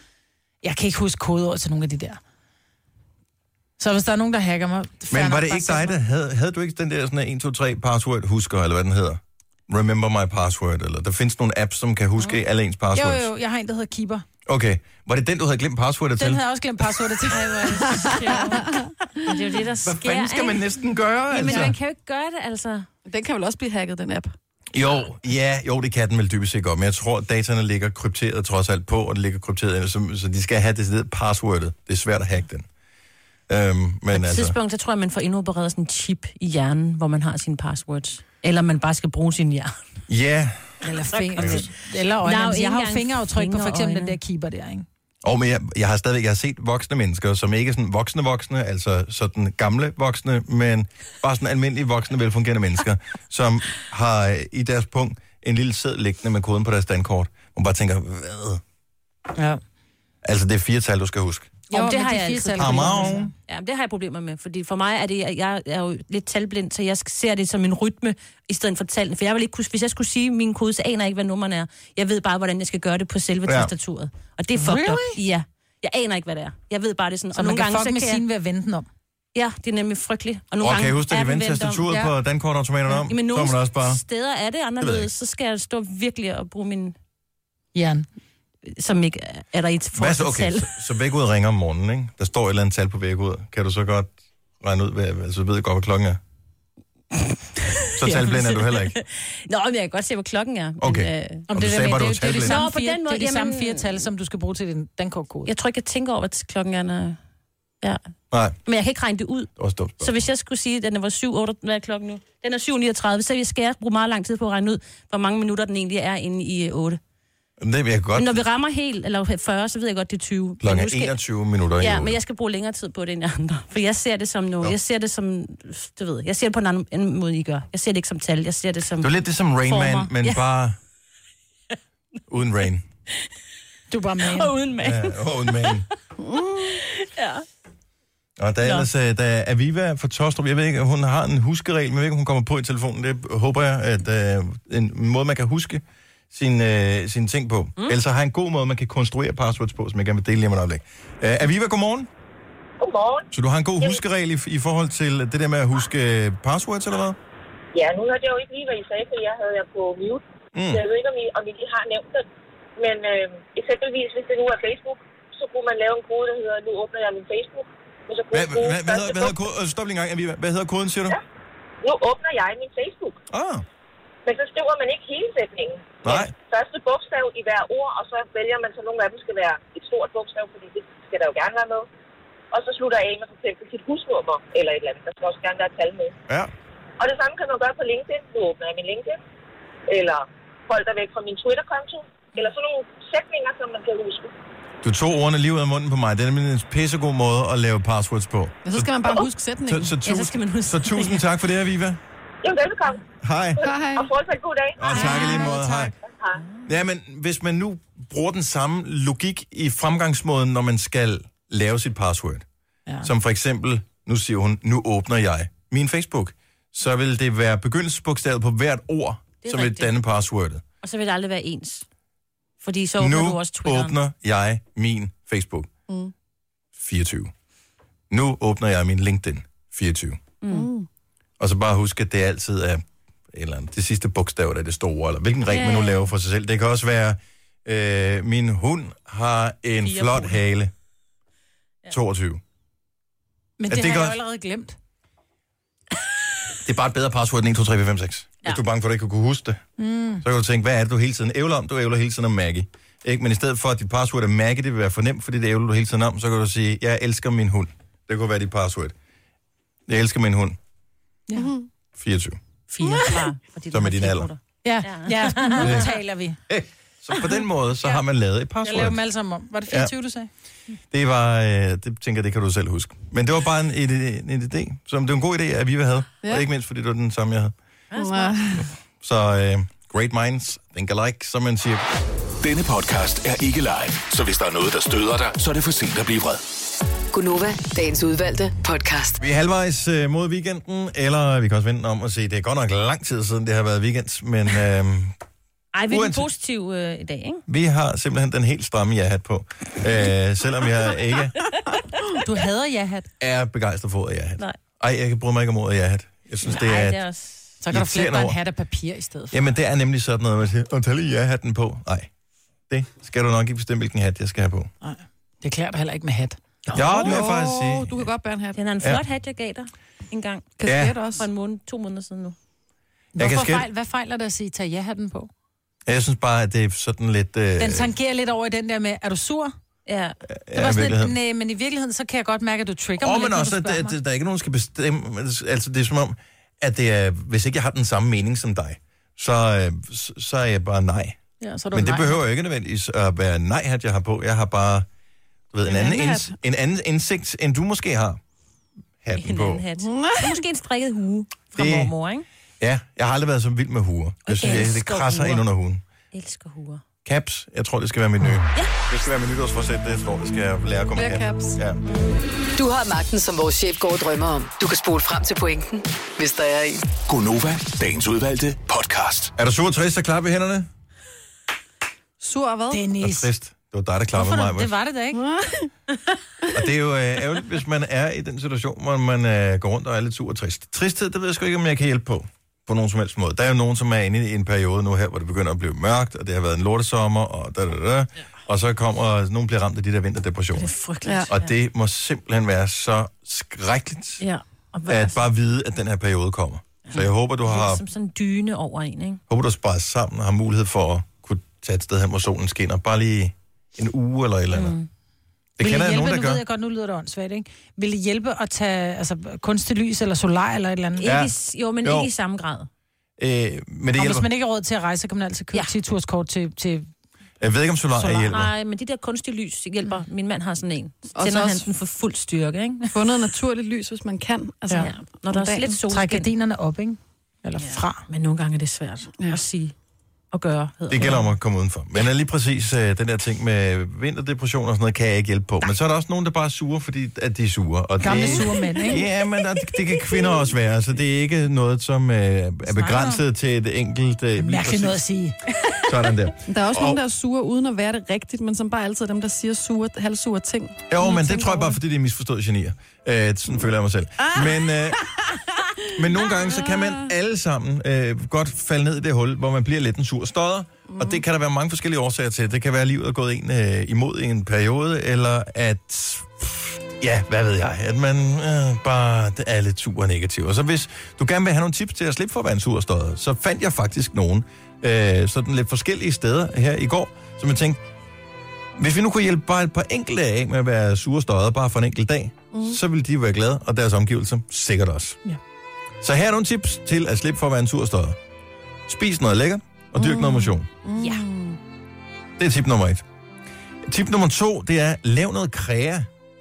Speaker 2: Jeg kan ikke huske kodeordet til nogle af de der. Så hvis der er nogen, der hacker mig... fair
Speaker 1: Men var
Speaker 2: nok,
Speaker 1: det
Speaker 2: bare
Speaker 1: ikke
Speaker 2: send
Speaker 1: dig,
Speaker 2: mig.
Speaker 1: der havde, havde du ikke den der sådan her 1, 2, 3 password husker, eller hvad den hedder? Remember my password, eller der findes nogle apps, som kan huske alle ens passwords.
Speaker 2: Jo, jo, jeg har en, der hedder Keeper.
Speaker 1: Okay, var det den, du havde glemt passwordet til?
Speaker 2: Den havde jeg også glemt passordet til.
Speaker 4: Men det er jo det, der sker,
Speaker 1: Hvad fanden skal man
Speaker 4: ikke?
Speaker 1: næsten gøre,
Speaker 4: Jamen,
Speaker 1: altså?
Speaker 4: man kan jo ikke gøre det, altså.
Speaker 3: Den kan vel også blive hacket, den app.
Speaker 1: Jo, ja, jo, det kan den vel dybest set godt, men jeg tror, at dataene ligger krypteret trods alt på, og det ligger krypteret, så, så de skal have det decideret passwordet. Det er svært at hacke den. Øhm, men
Speaker 4: På et
Speaker 1: altså,
Speaker 4: tidspunkt, så tror jeg, man får indopereret sådan en chip i hjernen, hvor man har sine passwords. Eller man bare skal bruge sin hjerne.
Speaker 1: ja.
Speaker 2: Eller, fing, eller øjne.
Speaker 4: Der er
Speaker 2: Altså,
Speaker 4: jo
Speaker 2: jeg
Speaker 4: ikke
Speaker 2: har jo
Speaker 4: engang
Speaker 2: fingeraftryk på for eksempel den
Speaker 4: fingerøjne.
Speaker 2: der Keeper der, ikke?
Speaker 1: Og men jeg, jeg har stadigvæk jeg har set voksne mennesker, som ikke er sådan voksne voksne, altså sådan gamle voksne, men bare sådan almindelige voksne, velfungerende mennesker, som har øh, i deres punkt en lille sæd liggende med koden på deres dankort. Man bare tænker, hvad?
Speaker 2: Ja.
Speaker 1: Altså, det er fire tal, du skal huske.
Speaker 4: Jo,
Speaker 2: men
Speaker 4: det har
Speaker 2: de
Speaker 4: jeg
Speaker 2: fire
Speaker 4: altid.
Speaker 2: tal-
Speaker 1: Amon.
Speaker 4: Ja, men det har jeg problemer med, fordi for mig er det, jeg, jeg er jo lidt talblind, så jeg ser det som en rytme i stedet for tallene. For jeg vil ikke kunne, hvis jeg skulle sige min kode, så aner jeg ikke, hvad nummeren er. Jeg ved bare, hvordan jeg skal gøre det på selve
Speaker 1: Ja.
Speaker 4: ja. tastaturet. Og det er fucked up.
Speaker 2: Really?
Speaker 4: Ja. Jeg aner ikke, hvad det er. Jeg ved bare, det er sådan.
Speaker 2: Så
Speaker 4: og
Speaker 2: man
Speaker 4: nogle
Speaker 2: kan
Speaker 4: gange,
Speaker 2: fuck
Speaker 4: så
Speaker 2: med
Speaker 4: kan
Speaker 2: sine
Speaker 4: jeg,
Speaker 2: ved at vente den om.
Speaker 4: Ja, det er nemlig frygteligt. Og nogle
Speaker 1: Og kan
Speaker 4: gange
Speaker 1: jeg huske, at de
Speaker 4: er den
Speaker 1: vendte
Speaker 4: vendt om.
Speaker 1: tastaturet
Speaker 2: Ja.
Speaker 1: på dankortautomaterne om?
Speaker 4: Jamen,
Speaker 1: så var man også bare...
Speaker 4: nogle steder er det anderledes, så skal jeg stå virkelig og bruge min...
Speaker 2: Jern.
Speaker 4: Som ikke er- er der i et
Speaker 1: Hvad
Speaker 4: forhold
Speaker 1: så,
Speaker 4: til
Speaker 1: okay,
Speaker 4: tal.
Speaker 1: så, så væk ud ringer om morgenen, ikke? Der står et eller andet tal på væk ud. Kan du så godt regne ud, hvad, altså ved jeg godt, hvad klokken er? Så talblind er du heller ikke.
Speaker 4: Nå, men jeg kan godt se, hvor klokken er. men,
Speaker 1: Okay.
Speaker 4: øh,
Speaker 1: Og du sagde bare, du var
Speaker 2: det, det, det, er de
Speaker 1: talblind.
Speaker 2: samme
Speaker 4: Nå, på
Speaker 2: fire,
Speaker 4: den måde,
Speaker 2: det er de samme
Speaker 4: jamen-
Speaker 2: fire tal, som du skal bruge til din dankortkode.
Speaker 4: jeg tror ikke, jeg tænker over, hvad klokken er. når- Ja.
Speaker 1: Nej,
Speaker 4: Men jeg kan ikke regne det ud.
Speaker 1: det var et dumt
Speaker 4: Så
Speaker 1: spørgsmål.
Speaker 4: hvis jeg skulle sige, at den var 7, 8, hvad er klokken nu? Den er 7.39, så skal jeg bruge meget lang tid på at regne ud, hvor mange minutter den egentlig er inde i 8.
Speaker 1: Men Det vil jeg
Speaker 4: Men
Speaker 1: godt.
Speaker 4: når vi rammer helt, eller 40, så ved jeg godt, det er 20. Men
Speaker 1: Klokken
Speaker 4: nu
Speaker 1: er
Speaker 4: skal-
Speaker 1: 21 minutter i
Speaker 4: Ja,
Speaker 1: otte.
Speaker 4: men jeg skal bruge længere tid på det end jer andre. For jeg ser det som noget. Jeg ser det som, du ved, jeg ser det på en anden- anden måde, I gør. Jeg ser det ikke som tal, jeg ser det som...
Speaker 1: Det var lidt det som Rain Man,
Speaker 4: Former.
Speaker 1: men
Speaker 4: Ja.
Speaker 1: bare uden rain.
Speaker 2: Du er bare med.
Speaker 4: uden mand.
Speaker 1: Ja, uden man. Og der er
Speaker 2: Nå.
Speaker 1: ellers, øh, der er Aviva fra Tostrup, jeg ved ikke, hun har en huskeregel, men jeg ved ikke, om hun kommer på i telefonen. Det håber jeg, at øh, en måde, man kan huske sine, øh, sine ting på. Mm. Ellers så har jeg en god måde, man kan konstruere passwords på, som jeg gerne vil dele lige om et øjeblik. Øh, Aviva, godmorgen.
Speaker 10: Godmorgen.
Speaker 1: Så du har en god huskeregel i, i forhold til det der med at huske øh, passwords, eller hvad?
Speaker 10: Ja, nu hørte jeg jo ikke lige, hvad I sagde, for jeg havde jer på mute.
Speaker 1: Mm.
Speaker 10: Mm. Så jeg ved ikke, om I, om I lige har nævnt det. Men øh, eksempelvis, hvis det nu er Facebook, så kunne man lave en kode, der hedder, nu åbner jeg min Facebook. Men så kunne
Speaker 1: Hvad,
Speaker 10: koden
Speaker 1: hvad, hvad, hedder, hvad hedder koden? Stop lige en gang, Aviva. Hvad hedder koden, siger du? Ja.
Speaker 10: Nu åbner jeg min Facebook.
Speaker 1: Ah,
Speaker 10: Men så skriver man ikke hele sætningen.
Speaker 1: nej.
Speaker 10: Første bogstav i hver ord, og så vælger man så nogle af dem skal være et stort bogstav, fordi det skal der jo gerne være med. Og så slutter jeg af med for eksempel sit husnummer eller et eller andet. Der skal også gerne være et tal med.
Speaker 1: Ja.
Speaker 10: Og det samme kan man gøre på LinkedIn. Nu åbner jeg min LinkedIn. Eller hold dig væk fra min Twitter-konto. Eller sådan nogle sætninger, som man kan huske.
Speaker 1: Du tog ordene lige ud af munden på mig. Det er nemlig en pissegod måde at lave passwords på.
Speaker 3: Ja, så skal man bare huske
Speaker 1: Så,
Speaker 3: sætningen.
Speaker 1: så, tusind, så tusind tak for det, Aviva.
Speaker 10: Jamen, velkommen.
Speaker 1: Hej.
Speaker 3: Hej.
Speaker 10: Og fortsat god dag.
Speaker 1: Og tak i lige måde. Hej.
Speaker 10: Hej.
Speaker 1: Ja, men hvis man nu bruger den samme logik i fremgangsmåden, når man skal lave sit password, ja. som for eksempel, nu siger hun, nu åbner jeg min Facebook, så vil det være begyndelsesbogstavet på hvert ord,
Speaker 4: Det er
Speaker 1: som vil
Speaker 4: rigtigt.
Speaker 1: danne passwordet.
Speaker 4: Og så vil det aldrig være ens. Fordi så åbner
Speaker 1: nu
Speaker 4: du også Twitteren.
Speaker 1: åbner jeg min Facebook.
Speaker 4: Mm.
Speaker 1: 24. Nu åbner jeg min LinkedIn. 24.
Speaker 4: Mm.
Speaker 1: Og så bare husk, at det altid er et eller andet, det sidste bogstav, der er det store, eller hvilken regel
Speaker 4: Ja,
Speaker 1: man nu
Speaker 4: ja.
Speaker 1: laver for sig selv. Det kan også være, øh, min hund har en
Speaker 2: Fire
Speaker 1: flot
Speaker 2: poler.
Speaker 1: hale. 22.
Speaker 2: Men
Speaker 1: Ja,
Speaker 2: det,
Speaker 1: det
Speaker 2: det har
Speaker 1: gør-
Speaker 2: jeg jo allerede glemt.
Speaker 1: Det er bare et bedre password end 1, 2, 3, 4, 5, 6. Ja. Hvis du er bange for, at du ikke kunne huske det,
Speaker 2: Mm.
Speaker 1: så kan du tænke, hvad er det, du hele tiden ævler om? Du ævler hele tiden om Maggie. Ikke? Men i stedet for, at dit password er Maggie, det vil være for nemt, fordi det ævler du hele tiden om, så kan du sige, jeg elsker min hund. Det kunne være dit password. Jeg elsker min hund.
Speaker 2: Ja.
Speaker 1: 24.
Speaker 4: Fire bare. Fordi
Speaker 1: Som er din alder.
Speaker 2: Ja, ja. nu
Speaker 1: Ja.
Speaker 2: taler vi.
Speaker 1: Eh, Så på den måde, så har man lavet et
Speaker 2: Jeg laver
Speaker 1: password.
Speaker 2: dem alle sammen om. Var det
Speaker 1: Ja.
Speaker 2: 24, du sagde?
Speaker 1: Det var, øh, det tænker jeg, det kan du selv huske. Men det var bare en, en, en, en idé, som det var en god idé, at vi havde. Ja.
Speaker 2: Ja.
Speaker 1: Og ikke mindst, fordi det var den samme, jeg havde.
Speaker 3: Ja.
Speaker 1: Så øh, great minds think alike, som man siger.
Speaker 6: Denne podcast er ikke live, så hvis der er noget, der støder dig, så er det for sent at blive vred.
Speaker 5: Gunova, dagens udvalgte podcast.
Speaker 1: Vi er halvvejs øh, mod weekenden, eller vi kan også vente om og se, det er godt nok lang tid siden, det har været weekend, men øh,
Speaker 4: Ej, vi er
Speaker 1: Uanset-
Speaker 4: positiv øh, i dag, ikke?
Speaker 1: vi har simpelthen den helt stramme ja-hat på. Øh, selvom jeg ikke
Speaker 2: Du hader ja-hat.
Speaker 1: er begejstret for ordet ja-hat.
Speaker 2: Nej.
Speaker 1: Ej, jeg kan bruge mig ikke om ordet ja-hat. Jeg synes, det er...
Speaker 4: Ej,
Speaker 1: et-
Speaker 4: det er også...
Speaker 2: Så kan du flette
Speaker 1: Irriterende
Speaker 2: dig en
Speaker 1: ord.
Speaker 2: hat af papir i stedet for.
Speaker 1: Jamen, det er nemlig sådan noget, man siger, og tag lige ja-hatten på. Nej, det skal du nok ikke bestemme, hvilken hat jeg skal have på.
Speaker 2: Nej, det klæder dig heller ikke med hat.
Speaker 1: Ja, det må jeg faktisk sige.
Speaker 3: Du kan godt bære en hat.
Speaker 4: Den er en
Speaker 1: Ja.
Speaker 4: flot hat, jeg gav dig en gang.
Speaker 3: Kasket
Speaker 4: Også.
Speaker 3: også.
Speaker 4: For en måned, to måneder siden nu.
Speaker 1: Jeg, kan
Speaker 2: Hvorfor
Speaker 1: skæld...
Speaker 2: fejl, hvad fejler det at sige, tag ja-hatten på?
Speaker 1: jeg synes bare, at det er sådan lidt... Øh...
Speaker 2: Den tangerer lidt over i den der med, er du sur?
Speaker 4: Ja.
Speaker 2: Det var sådan lidt, nej, men i virkeligheden, så kan jeg godt mærke, at du trigger
Speaker 1: Og
Speaker 2: mig
Speaker 1: men
Speaker 2: lidt,
Speaker 1: også,
Speaker 2: når
Speaker 1: at
Speaker 2: du spørger
Speaker 1: der,
Speaker 2: mig.
Speaker 1: der, der er ikke nogen, der skal bestemme... Altså, det er som om, at det er, hvis ikke jeg har den samme mening som dig, så, øh, så- så er jeg bare nej.
Speaker 2: Ja, så er du
Speaker 1: Men det
Speaker 2: nej.
Speaker 1: behøver jo ikke nødvendigvis at være nej, at jeg har på. Jeg har bare du ved, en, anden
Speaker 3: anden
Speaker 1: inds- en anden indsigt, end du måske har hatten
Speaker 4: En
Speaker 1: på.
Speaker 4: anden hat. Så måske en strikket hue fra
Speaker 1: Det-
Speaker 4: det... mormor, ikke?
Speaker 1: Ja, jeg har aldrig været så vild med huer. Jeg synes, jeg, det
Speaker 4: elsker
Speaker 1: krasser
Speaker 4: huer.
Speaker 1: ind under huden.
Speaker 4: Elsker huer.
Speaker 1: Caps, jeg tror, det skal være mit nye. Ja. Det skal være mit nytårsforsæt, det jeg tror, det skal jeg lære at komme
Speaker 3: Flere
Speaker 1: igennem.
Speaker 3: caps.
Speaker 1: Ja.
Speaker 5: Du har magten, som vores chef går og drømmer om. Du kan spole frem til pointen, hvis der er en.
Speaker 6: Gonova, dagens udvalgte podcast.
Speaker 1: Er du sur og trist at klappe i hænderne?
Speaker 3: Sur og hvad?
Speaker 1: Og
Speaker 2: Dennis.
Speaker 1: trist. Det var dig, der klappede mig.
Speaker 2: Hvorfor, det
Speaker 1: Det
Speaker 2: var det da ikke.
Speaker 1: og det er jo øh, ærgerligt, hvis man er i den situation, hvor man øh, går rundt og er lidt sur og trist. Tristhed, det ved jeg sgu ikke, om jeg kan hjælpe på. På nogen som helst måde. Der er jo nogen, som er inde i en periode nu her, hvor det begynder at blive mørkt, og det har været en lortesommer, og da, da, da. Ja. Og så kommer, nogen bliver ramt af de der vinterdepressioner.
Speaker 4: Frygteligt.
Speaker 3: Ja.
Speaker 4: Ja.
Speaker 1: Og det må simpelthen være så skrækkeligt,
Speaker 4: ja. Og hvad,
Speaker 1: at bare vide, at den her periode kommer. Så jeg håber, du har,
Speaker 4: er som sådan en dyne over en, ikke?
Speaker 1: håber, du har sparet sammen og har mulighed for at kunne tage et sted hen, hvor solen skinner. Bare lige en uge eller et eller andet. Mm. Det
Speaker 2: Vil
Speaker 1: kender jeg
Speaker 2: hjælpe,
Speaker 1: nogen, der
Speaker 2: nu
Speaker 1: gør.
Speaker 2: ved jeg godt, nu lyder det åndssvagt, ikke? Vil det hjælpe at tage altså, kunstig lys eller solar eller et eller andet?
Speaker 4: Ikke i, s- jo, men
Speaker 1: Jo.
Speaker 4: jo. ikke i samme grad.
Speaker 1: Øh, men det
Speaker 2: Og hvis
Speaker 1: hjælper.
Speaker 2: man ikke har råd til at rejse, så kan man altid købe
Speaker 4: Ja.
Speaker 2: ja. 10 turs kort til, til
Speaker 1: Jeg ved ikke, om solar, solar.
Speaker 2: Solar.
Speaker 1: hjælper.
Speaker 4: Nej, men de der kunstige lys hjælper. Min mand har sådan en. Så
Speaker 3: Og så
Speaker 4: tænder han
Speaker 3: også-
Speaker 4: den for fuld styrke, ikke?
Speaker 3: Få noget naturligt lys, hvis man kan. Altså,
Speaker 4: Ja. Når der er lidt
Speaker 2: trække
Speaker 4: solskin. Ah,
Speaker 2: gardinerne op, ikke? Eller ja. fra.
Speaker 4: Men nogle gange er det svært ja. at sige. at gøre. hedder
Speaker 1: Det gælder om at komme udenfor. Men er lige præcis øh, den der ting med vinterdepression og sådan noget, kan jeg ikke hjælpe på. Men så er der også nogen, der bare er sure, fordi at de er sure. Og
Speaker 2: Gamle
Speaker 1: det,
Speaker 2: sure mænd, ikke?
Speaker 1: Ja, men der, det kan kvinder også være, så det er ikke noget, som øh, er begrænset til et enkelt... Øh, lige præcis
Speaker 3: Mærkeligt noget at sige.
Speaker 1: Sådan der.
Speaker 3: Der er også
Speaker 1: Og-
Speaker 3: og... nogen, der er sure uden at være det rigtigt, men som bare altid er dem, der siger sure, halvsure ting.
Speaker 1: Jo, men det tror jeg bare, fordi det er misforstået genier. Øh, sådan føler jeg mig selv. Men, øh, men nogle gange, så kan man alle sammen øh, godt falde ned i det hul, hvor man bliver lidt en sur stodder. Mm. Og det kan der være mange forskellige årsager til. Det kan være, at livet er gået en øh, imod i en periode, eller at... pff, Ja, hvad ved jeg, at man øh, bare det er lidt sur og negativ. Og så hvis du gerne vil have nogle tips til at slippe for at være en sur stodder, så fandt jeg faktisk nogen øh, sådan lidt forskellige steder her i går, som jeg tænkte, hvis vi nu kunne hjælpe bare et par enkelte af med at være sure støjet bare for en enkelt dag, mm. så ville de være glade, og deres omgivelser sikkert også.
Speaker 2: Mhm. Ja.
Speaker 1: Så her er nogle tips til at slippe for at være en sur støjet. Spis noget lækkert, og dyrk mm.
Speaker 2: Mhm.
Speaker 1: noget motion.
Speaker 4: Ja.
Speaker 1: Det er tip nummer et. Tip nummer to, det er, lav noget krea.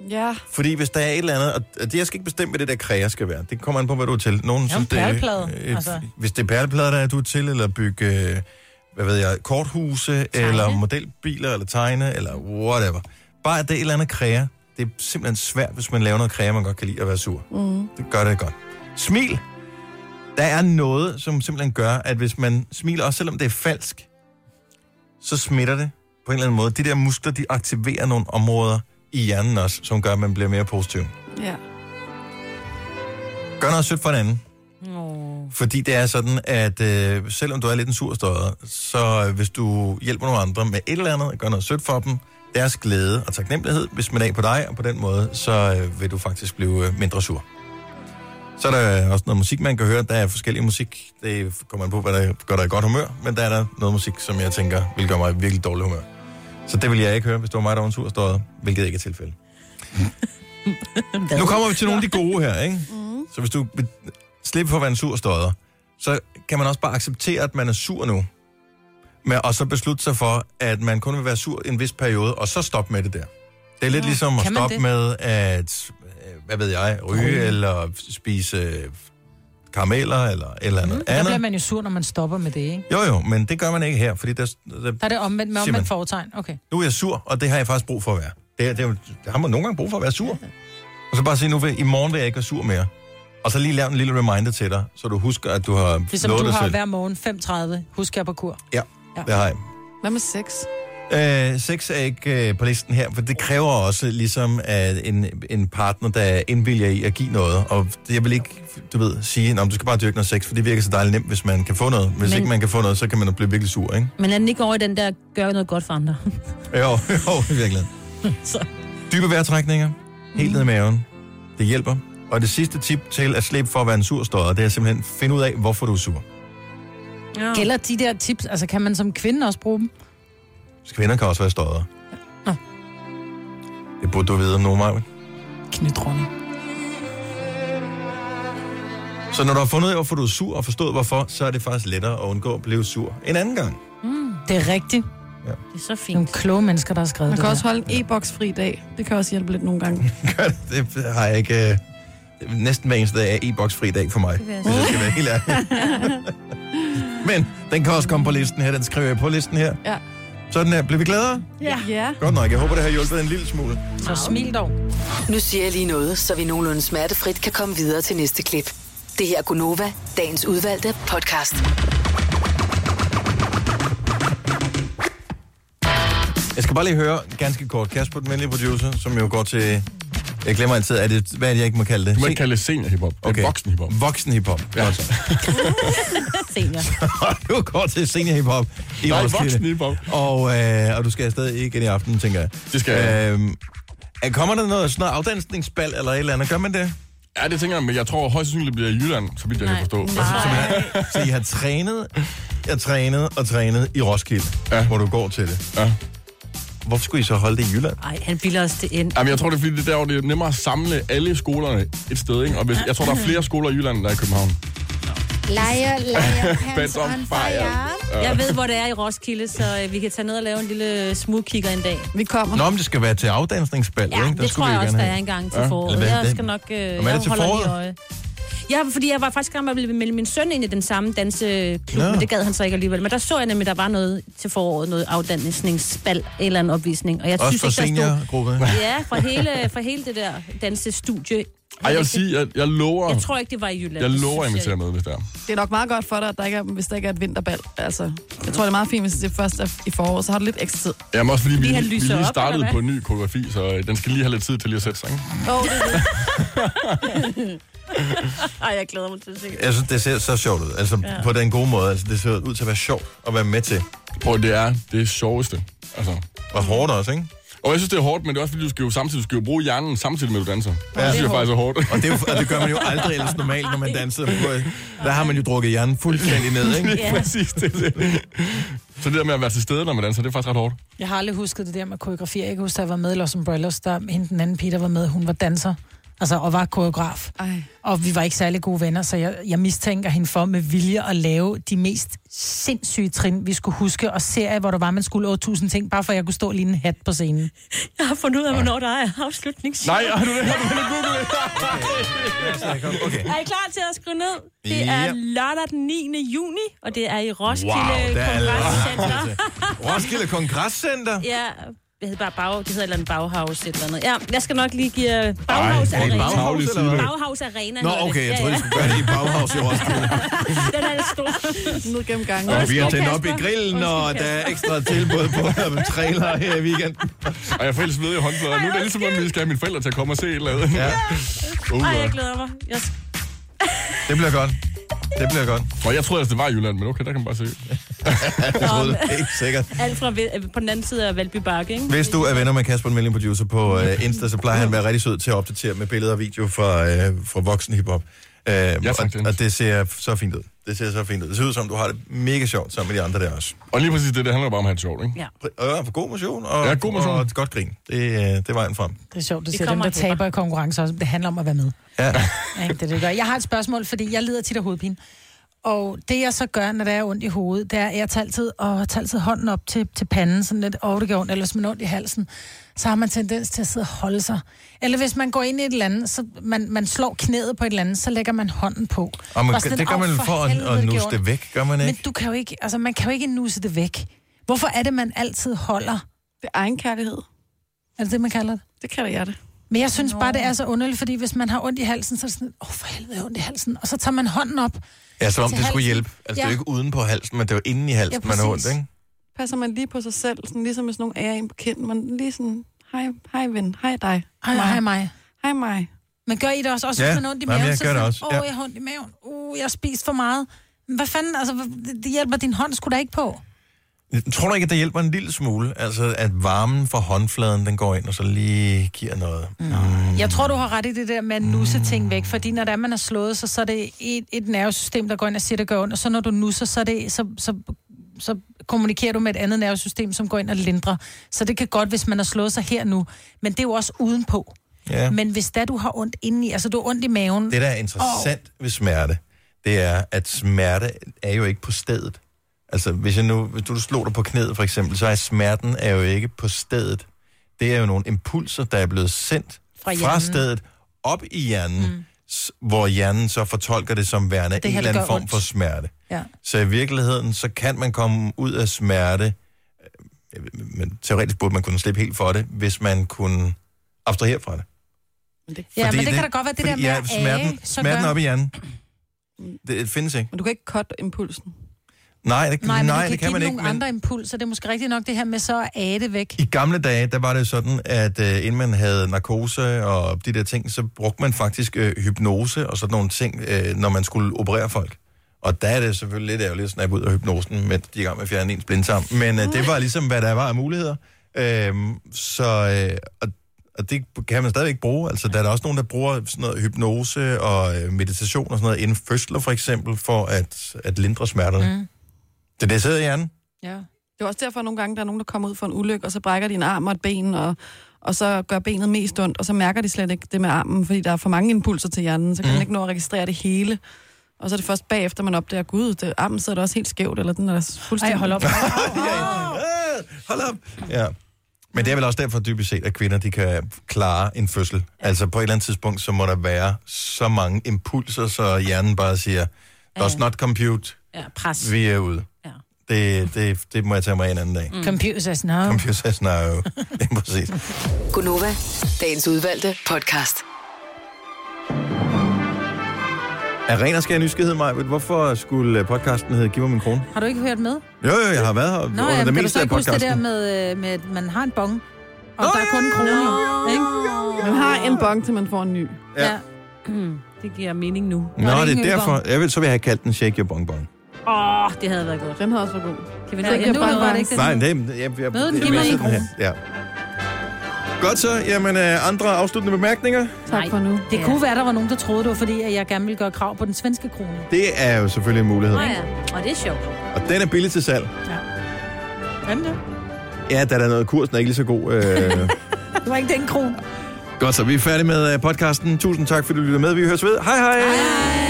Speaker 3: Ja.
Speaker 1: Fordi hvis der er et eller andet, og og det, jeg skal ikke bestemme, hvad det der krea skal være. Det kommer an på, hvad du er til. Nogen
Speaker 2: Ja, en perleplade,
Speaker 1: øh,
Speaker 2: altså.
Speaker 1: Hvis det er perleplader, der er du er til, eller bygge, øh, hvad ved jeg, korthuse, tegne. eller modelbiler, eller tegne, eller whatever. Bare at det er et eller andet krea. Det er simpelthen svært, hvis man laver noget krea, man godt kan lide at være sur.
Speaker 11: Mm.
Speaker 1: Det gør det godt. Smil. Der er noget, som simpelthen gør, at hvis man smiler, også selvom det er falsk, så smitter det på en eller anden måde. De der muskler, de aktiverer nogle områder i hjernen også, som gør, at man bliver mere positiv.
Speaker 3: Ja.
Speaker 1: Gør noget sødt for en anden. Fordi det er sådan, at øh, selvom du er lidt en sur støder, så øh, hvis du hjælper nogle andre med et eller andet, gør noget sødt for dem, deres glæde og taknemmelighed, hvis man er på dig, og på den måde, så øh, vil du faktisk blive øh, mindre sur. Så er der øh, også noget musik, man kan høre. Der er forskellig musik. Det kommer man på, hvad der gør dig i godt humør. Men der er der noget musik, som jeg tænker, vil gøre mig i virkelig dårlig humør. Så det vil jeg ikke høre, hvis det var mig, der var en sur støder, hvilket ikke er tilfældet. Nu kommer vi til nogle af de gode her, ikke? Mm. Så hvis du vil slippe for at være en sur stodder, så kan man også bare acceptere, at man er sur nu. Men, og så beslutte sig for, at man kun vil være sur i en vis periode, og så stoppe med det der. Det er lidt
Speaker 6: Nå,
Speaker 1: ligesom at
Speaker 6: kan man
Speaker 1: stoppe
Speaker 6: det?
Speaker 1: med at, øh, hvad ved jeg, ryge
Speaker 2: Ryge.
Speaker 1: eller spise øh, karameller eller et eller andet mm.
Speaker 2: Der bliver
Speaker 1: andet.
Speaker 2: man jo sur, når man stopper med det, ikke?
Speaker 1: Jo jo, men det gør man ikke her, fordi der, der,
Speaker 2: Der er det omvendt med
Speaker 1: Siger man.
Speaker 2: omvendt foretegn. Okay.
Speaker 1: nu er jeg sur, og det har jeg faktisk brug for at være. Det, er- det, er jo- det har man nogle gange brug for at være sur. Og så bare sige, nu vil, i morgen vil jeg ikke være sur mere. Og så lige lave en lille reminder til dig, så du husker, at du har
Speaker 2: Ligesom
Speaker 1: lovet
Speaker 2: du
Speaker 1: dig
Speaker 2: har
Speaker 1: selv.
Speaker 2: hver morgen 5.30. Husk jeg på kur.
Speaker 1: Ja,
Speaker 2: Ja.
Speaker 1: det har jeg.
Speaker 3: Hvad med sex?
Speaker 1: Øh, sex er ikke øh, på listen her, for det kræver også ligesom at en, en partner, der indvilger i at give noget. Og det- jeg vil ikke, du ved, sige, at du skal bare dyrke noget sex, for det virker så dejligt nemt, hvis man kan få noget. Hvis Men...
Speaker 4: Men-
Speaker 1: ikke man kan få noget, så kan man blive virkelig sur, ikke?
Speaker 4: Men er den ikke over i den der, gør noget godt for andre?
Speaker 1: Jo, jo, i virkeligheden.
Speaker 4: Så.
Speaker 1: Dybe vejrtrækninger, helt ned i maven. Det hjælper. Og det sidste tip til at slippe for at være en sur stodder, det er simpelthen at finde ud af, hvorfor du er sur.
Speaker 2: Ja. Gælder de der tips, altså kan man som kvinde også bruge dem?
Speaker 1: Så Kvinder kan også være stodder. Det burde du vide om nogen, Marvin.
Speaker 2: Knytronning.
Speaker 1: Så når du har fundet ud af, hvorfor du er sur, og forstået hvorfor, så er det faktisk lettere at undgå at blive sur en anden gang.
Speaker 2: Mm. Det er rigtigt.
Speaker 1: Ja.
Speaker 4: Det er så fint.
Speaker 2: Nogle kloge mennesker, der har skrevet
Speaker 3: Man
Speaker 2: det
Speaker 3: kan
Speaker 2: der.
Speaker 3: også holde en e-boks fri dag. Det kan også hjælpe lidt nogle gange.
Speaker 1: Det har jeg ikke... øh, Næsten hver eneste dag er e-boks-fri dag for mig,
Speaker 3: Det vil jeg
Speaker 1: hvis jeg
Speaker 3: sige.
Speaker 1: skal være helt ærlig. Men den kan også komme på listen her, den skriver jeg på listen her.
Speaker 3: Ja.
Speaker 1: Sådan her. Blev vi gladere?
Speaker 3: Ja. ja.
Speaker 1: Godt nok, jeg håber, det har hjulpet en lille smule.
Speaker 2: Så smil dog.
Speaker 5: Nu siger jeg lige noget, så vi nogenlunde smertefrit kan komme videre til næste klip. Det her er Gunova, dagens udvalgte podcast.
Speaker 1: Jeg skal bare lige høre ganske kort. Kasper, den venlige producer, som jo går til... Jeg glemmer altid, er det, hvad er det, jeg ikke må kalde det? Du må ikke kalde det seniorhiphop. Okay. Voksen hiphop. Voksen hiphop. Ja. Altså.
Speaker 4: Senior.
Speaker 1: du går til seniorhiphop. i
Speaker 11: Nej,
Speaker 1: Roskilde.
Speaker 11: voksen hiphop.
Speaker 1: Og, øh, og du skal afsted igen i aften, tænker jeg. Det
Speaker 11: skal jeg.
Speaker 1: Øhm, er- kommer der noget sådan noget afdansningsbal eller et eller andet? Gør man det?
Speaker 11: Ja, det tænker jeg, men jeg tror højst sandsynligt bliver i Jylland, så vidt jeg kan forstå.
Speaker 1: Så I har trænet, jeg trænet og trænet i Roskilde, ja. hvor du går til det.
Speaker 11: Ja.
Speaker 1: Hvorfor skulle I så holde det i Jylland?
Speaker 4: Nej, han bilder os det ind.
Speaker 11: Jamen, jeg tror, det er fordi, det er der, hvor det er nemmere at samle alle skolerne et sted, ikke? Og hvis, jeg tror, der er flere skoler i Jylland, end der er i København.
Speaker 4: Lejer, lejer,
Speaker 11: Bands on fire. Ja.
Speaker 4: Jeg ved, hvor det er i Roskilde, så øh, vi kan tage ned og lave en lille smugkigger en dag.
Speaker 3: Vi kommer.
Speaker 1: Nå, men det skal være til afdansningsbal,
Speaker 4: Ja,
Speaker 1: ikke?
Speaker 4: det tror jeg også, der er en gang til foråret.
Speaker 1: Eller hvad-
Speaker 4: Jeg
Speaker 1: det-
Speaker 4: skal nok... Øh,
Speaker 1: Nå, men er
Speaker 4: jeg
Speaker 1: det til
Speaker 4: holder lige
Speaker 1: foråret?
Speaker 4: øje. Jeg, fordi jeg var faktisk gammel at ville melde min søn ind i den samme danseklub,
Speaker 12: Nå.
Speaker 4: men det gad han så ikke alligevel. Men der så jeg nemlig, der var noget til foråret, noget afdansningsspal, en eller en opvisning. Og jeg
Speaker 11: Også
Speaker 4: synes
Speaker 11: for
Speaker 4: ikke, der
Speaker 1: seniorgruppe?
Speaker 4: stod... Ja, fra hele, fra hele det der dansestudie.
Speaker 11: Ej, jeg vil sige, jeg, jeg lover...
Speaker 4: Jeg tror ikke, det var i Jylland.
Speaker 11: Jeg
Speaker 4: Det
Speaker 11: lover at
Speaker 4: synes
Speaker 11: invitere med, hvis det er.
Speaker 3: Det er nok meget godt for dig, at der ikke er, hvis der ikke er et vinterbal. Altså, jeg tror, det er meget fint, hvis det først er i foråret, så har du lidt ekstra tid.
Speaker 11: Ja, men også fordi vi,
Speaker 3: Fordi han
Speaker 11: vi
Speaker 3: lyser
Speaker 11: lige
Speaker 3: op,
Speaker 11: startede
Speaker 3: eller hvad?
Speaker 11: på en ny koreografi, så øh, den skal lige have lidt tid til lige at sætte sig. ikke?
Speaker 3: Åh, oh, det er det. Ej, jeg glæder mig til det sikkert.
Speaker 1: Jeg synes, det ser så sjovt ud. Altså,
Speaker 3: Ja.
Speaker 1: ja. på den gode måde. Altså, det ser ud til at være sjovt at være med til.
Speaker 11: Prøv, det er det sjoveste. Altså.
Speaker 1: Og hårdt også, ikke?
Speaker 11: Og jeg synes, det er hårdt, men det er også fordi, du skal jo samtidig du skal jo bruge hjernen samtidig med, at du danser. Ja.
Speaker 1: Ja.
Speaker 11: Det synes jeg faktisk er hårdt.
Speaker 1: Og det, er jo- og det gør man jo aldrig ellers normalt, når man danser. Der har man jo drukket hjernen fuldstændig ned, ikke?
Speaker 11: Ja. Præcis, det er det. Så det der med at være til stede, når man danser, det er faktisk ret hårdt.
Speaker 2: Jeg har aldrig husket det der med koreografi. Jeg kan huske, da jeg var med i Los Umbrellas, der hende den anden pige, der var med, hun var danser. Altså, og var koreograf.
Speaker 3: Ej.
Speaker 2: Og vi var ikke særlig gode venner, så jeg, jeg mistænker hende for med vilje at lave de mest sindssyge trin, vi skulle huske, og serie, hvor der var, man skulle 8.000 ting, bare for at jeg kunne stå lige en hat på scenen.
Speaker 4: Jeg har fundet ud af, hvornår der er afslutnings.
Speaker 11: Nej, har du det? Har du det? Google det?
Speaker 1: Okay.
Speaker 4: Er I klar til at skrive ned? Det er
Speaker 1: Ja.
Speaker 4: lørdag den 9. juni, og det er i Roskilde
Speaker 1: Wow, der er
Speaker 4: Kongresscenter.
Speaker 1: langt Roskilde Kongresscenter.
Speaker 4: Ja, det hedder bare Bau, det hedder et eller andet Bauhaus et eller andet. Ja, jeg skal nok lige give øh, Bauhaus
Speaker 1: Ej, er det
Speaker 4: Arena.
Speaker 1: Bauhaus, eller hvad?
Speaker 4: Bauhaus Arena.
Speaker 1: Nå,
Speaker 4: hedder det.
Speaker 1: okay, jeg
Speaker 4: Ja,
Speaker 1: troede,
Speaker 4: ja.
Speaker 1: I skulle gøre det i Bauhaus i Roskilde.
Speaker 4: Den er stor.
Speaker 3: Ned gennem gangen.
Speaker 1: Og vi har tændt op i grillen, og der er ekstra tilbud på trailer her i weekenden.
Speaker 11: Og jeg får helt svedig i håndflader. Nu er det ligesom, om vi skal have mine forældre til at komme og se et eller andet. Ja. Uh,
Speaker 4: Ej, jeg glæder mig. Jeg skal...
Speaker 1: det bliver godt. Det bliver godt.
Speaker 11: Og jeg troede, at det var i Jylland, men okay, der kan man bare se.
Speaker 1: Jeg troede det helt sikkert.
Speaker 4: Alt fra Vel- øh, på den anden side af Valby Bakke, ikke?
Speaker 1: Hvis du er venner med Kasper Melling Producer på øh, Insta, så plejer han at være rigtig sød til at opdatere med billeder og video fra, øh, fra voksen hiphop. Øh, ja, og, og det ser så fint ud. Det ser så fint ud. Det ser ud som, du har det mega sjovt sammen med de andre der også.
Speaker 11: Og lige præcis det, det handler bare om at have det sjovt, ikke?
Speaker 4: Ja.
Speaker 1: Og for god motion og,
Speaker 11: Ja, god motion.
Speaker 1: og et godt grin. Det, øh, det er vejen frem.
Speaker 2: Det er sjovt, det
Speaker 4: Vi
Speaker 2: siger dem,
Speaker 4: kommer
Speaker 2: der
Speaker 4: og hjælper.
Speaker 2: taber i konkurrencer også. Det handler om at være med.
Speaker 1: Ja.
Speaker 2: Ja, ikke? det, er det, jeg gør. Jeg har et spørgsmål, fordi jeg lider tit af hovedpine. Og det, jeg så gør, når der er ondt i hovedet, det er, at jeg tager altid, og tager altid hånden op til, til panden, sådan lidt, åh, det gør ondt, eller hvis man har ondt i halsen, så har man tendens til at sidde og holde sig. Eller hvis man går ind i et eller andet, så man, man slår knæet på et eller andet, så lægger man hånden på.
Speaker 1: Og man,
Speaker 2: Bare sådan
Speaker 1: Ah, det
Speaker 2: lidt,
Speaker 1: gør
Speaker 2: "Åh,
Speaker 1: man vel for at,
Speaker 2: helvede,
Speaker 1: at
Speaker 2: det
Speaker 1: nuse
Speaker 2: gjorde
Speaker 1: det
Speaker 2: ondt."
Speaker 1: væk, gør man
Speaker 2: Men
Speaker 1: ikke?
Speaker 2: du kan jo ikke, altså man kan jo ikke nuse det væk. Hvorfor er det, man altid holder?
Speaker 3: Det er egen kærlighed.
Speaker 2: Er det det, man kalder det?
Speaker 3: Det kalder jeg det.
Speaker 2: Men jeg synes bare, det er så underligt, fordi hvis man har ondt i halsen, så er det sådan, åh, oh, for helvede, jeg har ondt i halsen. Og så tager man hånden op.
Speaker 1: Ja, som om
Speaker 2: til
Speaker 1: det skulle
Speaker 2: halsen.
Speaker 1: hjælpe. Altså, det er jo ikke uden på halsen, men det er jo inde i halsen,
Speaker 2: Ja,
Speaker 1: man har ondt,
Speaker 2: præcis.
Speaker 1: ikke?
Speaker 3: Passer man lige på sig selv, sådan, ligesom hvis nogen er en på kinden. Man lige sådan, hej, hej ven, hej dig.
Speaker 2: Hej, hej mig.
Speaker 3: Hej mig.
Speaker 2: Men gør I det også? Også
Speaker 1: Ja,
Speaker 2: hvis man har ondt i
Speaker 1: nej, men
Speaker 2: maven?
Speaker 1: jeg
Speaker 2: så
Speaker 1: gør det
Speaker 2: sådan,
Speaker 1: også,
Speaker 2: Åh,
Speaker 1: ja.
Speaker 2: jeg har ondt i maven. Uh, jeg har spist for meget. Men hvad fanden, altså, hvad- det- det hjælper din hånd skulle da ikke på.
Speaker 1: Tror du ikke, at det hjælper en lille smule? Altså, at varmen fra håndfladen, den går ind og så lige giver noget. Mm.
Speaker 2: Jeg tror, du har ret i det der med at nusse ting væk, fordi når det er, man er slået, så, så er det et, et nervesystem, der går ind og siger, det gør ondt, og så når du nusser, så, er det, så, så, så kommunikerer du med et andet nervesystem, som går ind og lindrer. Så det kan godt, hvis man har slået sig her nu, men det er jo også udenpå.
Speaker 1: Ja.
Speaker 2: Men hvis da du har ondt indeni, altså du har ondt i maven...
Speaker 1: Det, der er interessant ved smerte, det er, at smerte er jo ikke på stedet. Altså, hvis, jeg nu, hvis du slog dig på knæet, for eksempel, så er smerten er jo ikke på stedet. Det er jo nogle impulser, der er blevet sendt
Speaker 2: Fra
Speaker 1: fra,
Speaker 2: hjernen.
Speaker 1: fra stedet op i hjernen, mm. hvor hjernen så fortolker det som værende
Speaker 2: Det
Speaker 1: det
Speaker 2: her,
Speaker 1: en
Speaker 2: det
Speaker 1: eller anden
Speaker 2: gør
Speaker 1: form
Speaker 2: ondt.
Speaker 1: for smerte.
Speaker 2: Ja.
Speaker 1: Så i virkeligheden, så kan man komme ud af smerte, øh, jeg ved- men teoretisk burde man kunne slippe helt for det, hvis man kunne abstrahere fra det.
Speaker 2: Ja,
Speaker 1: Fordi
Speaker 2: men det, kan da godt være det
Speaker 1: fordi,
Speaker 2: der med
Speaker 1: ja,
Speaker 2: at
Speaker 1: smerten,
Speaker 2: æge, så
Speaker 1: smerten
Speaker 2: gør-
Speaker 1: op i hjernen. Det, det findes ikke.
Speaker 3: Men du kan ikke cutte impulsen.
Speaker 1: Nej, det,
Speaker 2: Nej,
Speaker 1: nej,
Speaker 2: men
Speaker 1: nej,
Speaker 2: du kan
Speaker 1: det
Speaker 2: give
Speaker 1: kan man
Speaker 2: den
Speaker 1: ikke.
Speaker 2: nogle
Speaker 1: Men
Speaker 2: andre impulser. Det er måske rigtigt nok det her med så at æde det væk.
Speaker 1: i gamle dage, der var det sådan, at øh, inden man havde narkose og de der ting, så brugte man faktisk øh, hypnose og sådan nogle ting, øh, når man skulle operere folk. Og der er det selvfølgelig lidt ærgerligt at snappe ud af hypnosen, med de er i gang med at fjerne ens blindtarm. Men øh, det var ligesom, hvad der var af muligheder. Øhm, så, øh, og, og det kan man stadigvæk bruge. Altså, der er der også nogen, der bruger sådan noget hypnose og øh, meditation og sådan noget inden fødsler, for eksempel, for at, at lindre smerterne. Mm. Det er det, der sidder i hjernen.
Speaker 3: Ja. Det er også derfor, at nogle gange, der er nogen, der kommer ud for en ulykke, og så brækker de en arm og et ben, og, og så gør benet mest ondt, og så mærker de slet ikke det med armen, fordi der er for mange impulser til hjernen, så kan mm.
Speaker 1: Mhm.
Speaker 3: man ikke nå at registrere det hele. Og så er det først bagefter, man opdager, gud, det, armen sidder da også helt skævt, eller den er da fuldstændig... Ej, hold op.
Speaker 1: Hold op. Øh, Ja. Men det er vel også derfor dybest set, at kvinder de kan klare en fødsel. Altså på et eller andet tidspunkt, så må der være så mange impulser, så hjernen bare siger, does not compute,
Speaker 4: Ja, pres.
Speaker 1: vi er ude. Det, det, det må jeg tage mig af en anden dag.
Speaker 2: Mm. Computer says no.
Speaker 1: Computer says no. Det er præcis.
Speaker 5: Gunova, dagens udvalgte podcast.
Speaker 1: Af ren og skær nysgerrighed, Maja, hvorfor skulle øh, podcasten hedde Giv mig min krone?
Speaker 2: Har du ikke hørt med?
Speaker 1: Jo, jo, jeg har været her
Speaker 2: Nå,
Speaker 1: under
Speaker 2: ja,
Speaker 1: det
Speaker 2: men kan du
Speaker 1: meste
Speaker 2: så
Speaker 1: af
Speaker 2: ikke huske det der
Speaker 1: podcasten.
Speaker 2: med, øh, med, at man har en bong, og der er kun en krone i, ikke?
Speaker 3: Man har en bong, til man får en ny.
Speaker 1: Ja.
Speaker 4: Mm, det giver mening nu.
Speaker 1: Nå, det er derfor. Jeg vil, så vil jeg have kaldt den Shake Your Bong Bong.
Speaker 4: Åh, oh, det havde været godt.
Speaker 3: Den havde også været god.
Speaker 4: Kan vi
Speaker 3: Ja,
Speaker 4: ja,
Speaker 3: endnu
Speaker 4: bare
Speaker 3: noget var det
Speaker 4: ikke
Speaker 1: Nej, det er... Jeg, jeg, jeg,
Speaker 4: Møden giver
Speaker 1: jeg-
Speaker 4: mig en
Speaker 1: sådan her. Ja. Godt så. Jamen, øh, andre afsluttende bemærkninger?
Speaker 3: Tak for nu.
Speaker 2: Det kunne være, der var nogen, der troede, det var fordi, at jeg gerne ville gøre krav på den svenske krone.
Speaker 1: Det er jo selvfølgelig en mulighed.
Speaker 4: Nå ja, og det er sjovt.
Speaker 1: Og den er billig til salg.
Speaker 2: Jamen det?
Speaker 1: Ja, da der er noget kurs, den er ikke lige så god. Øh.
Speaker 2: Det var ikke den krone.
Speaker 1: Godt så. Vi er færdige med øh, podcasten. Tusind tak, fordi du lytter med. Vi høres ved. Hej hej! hej.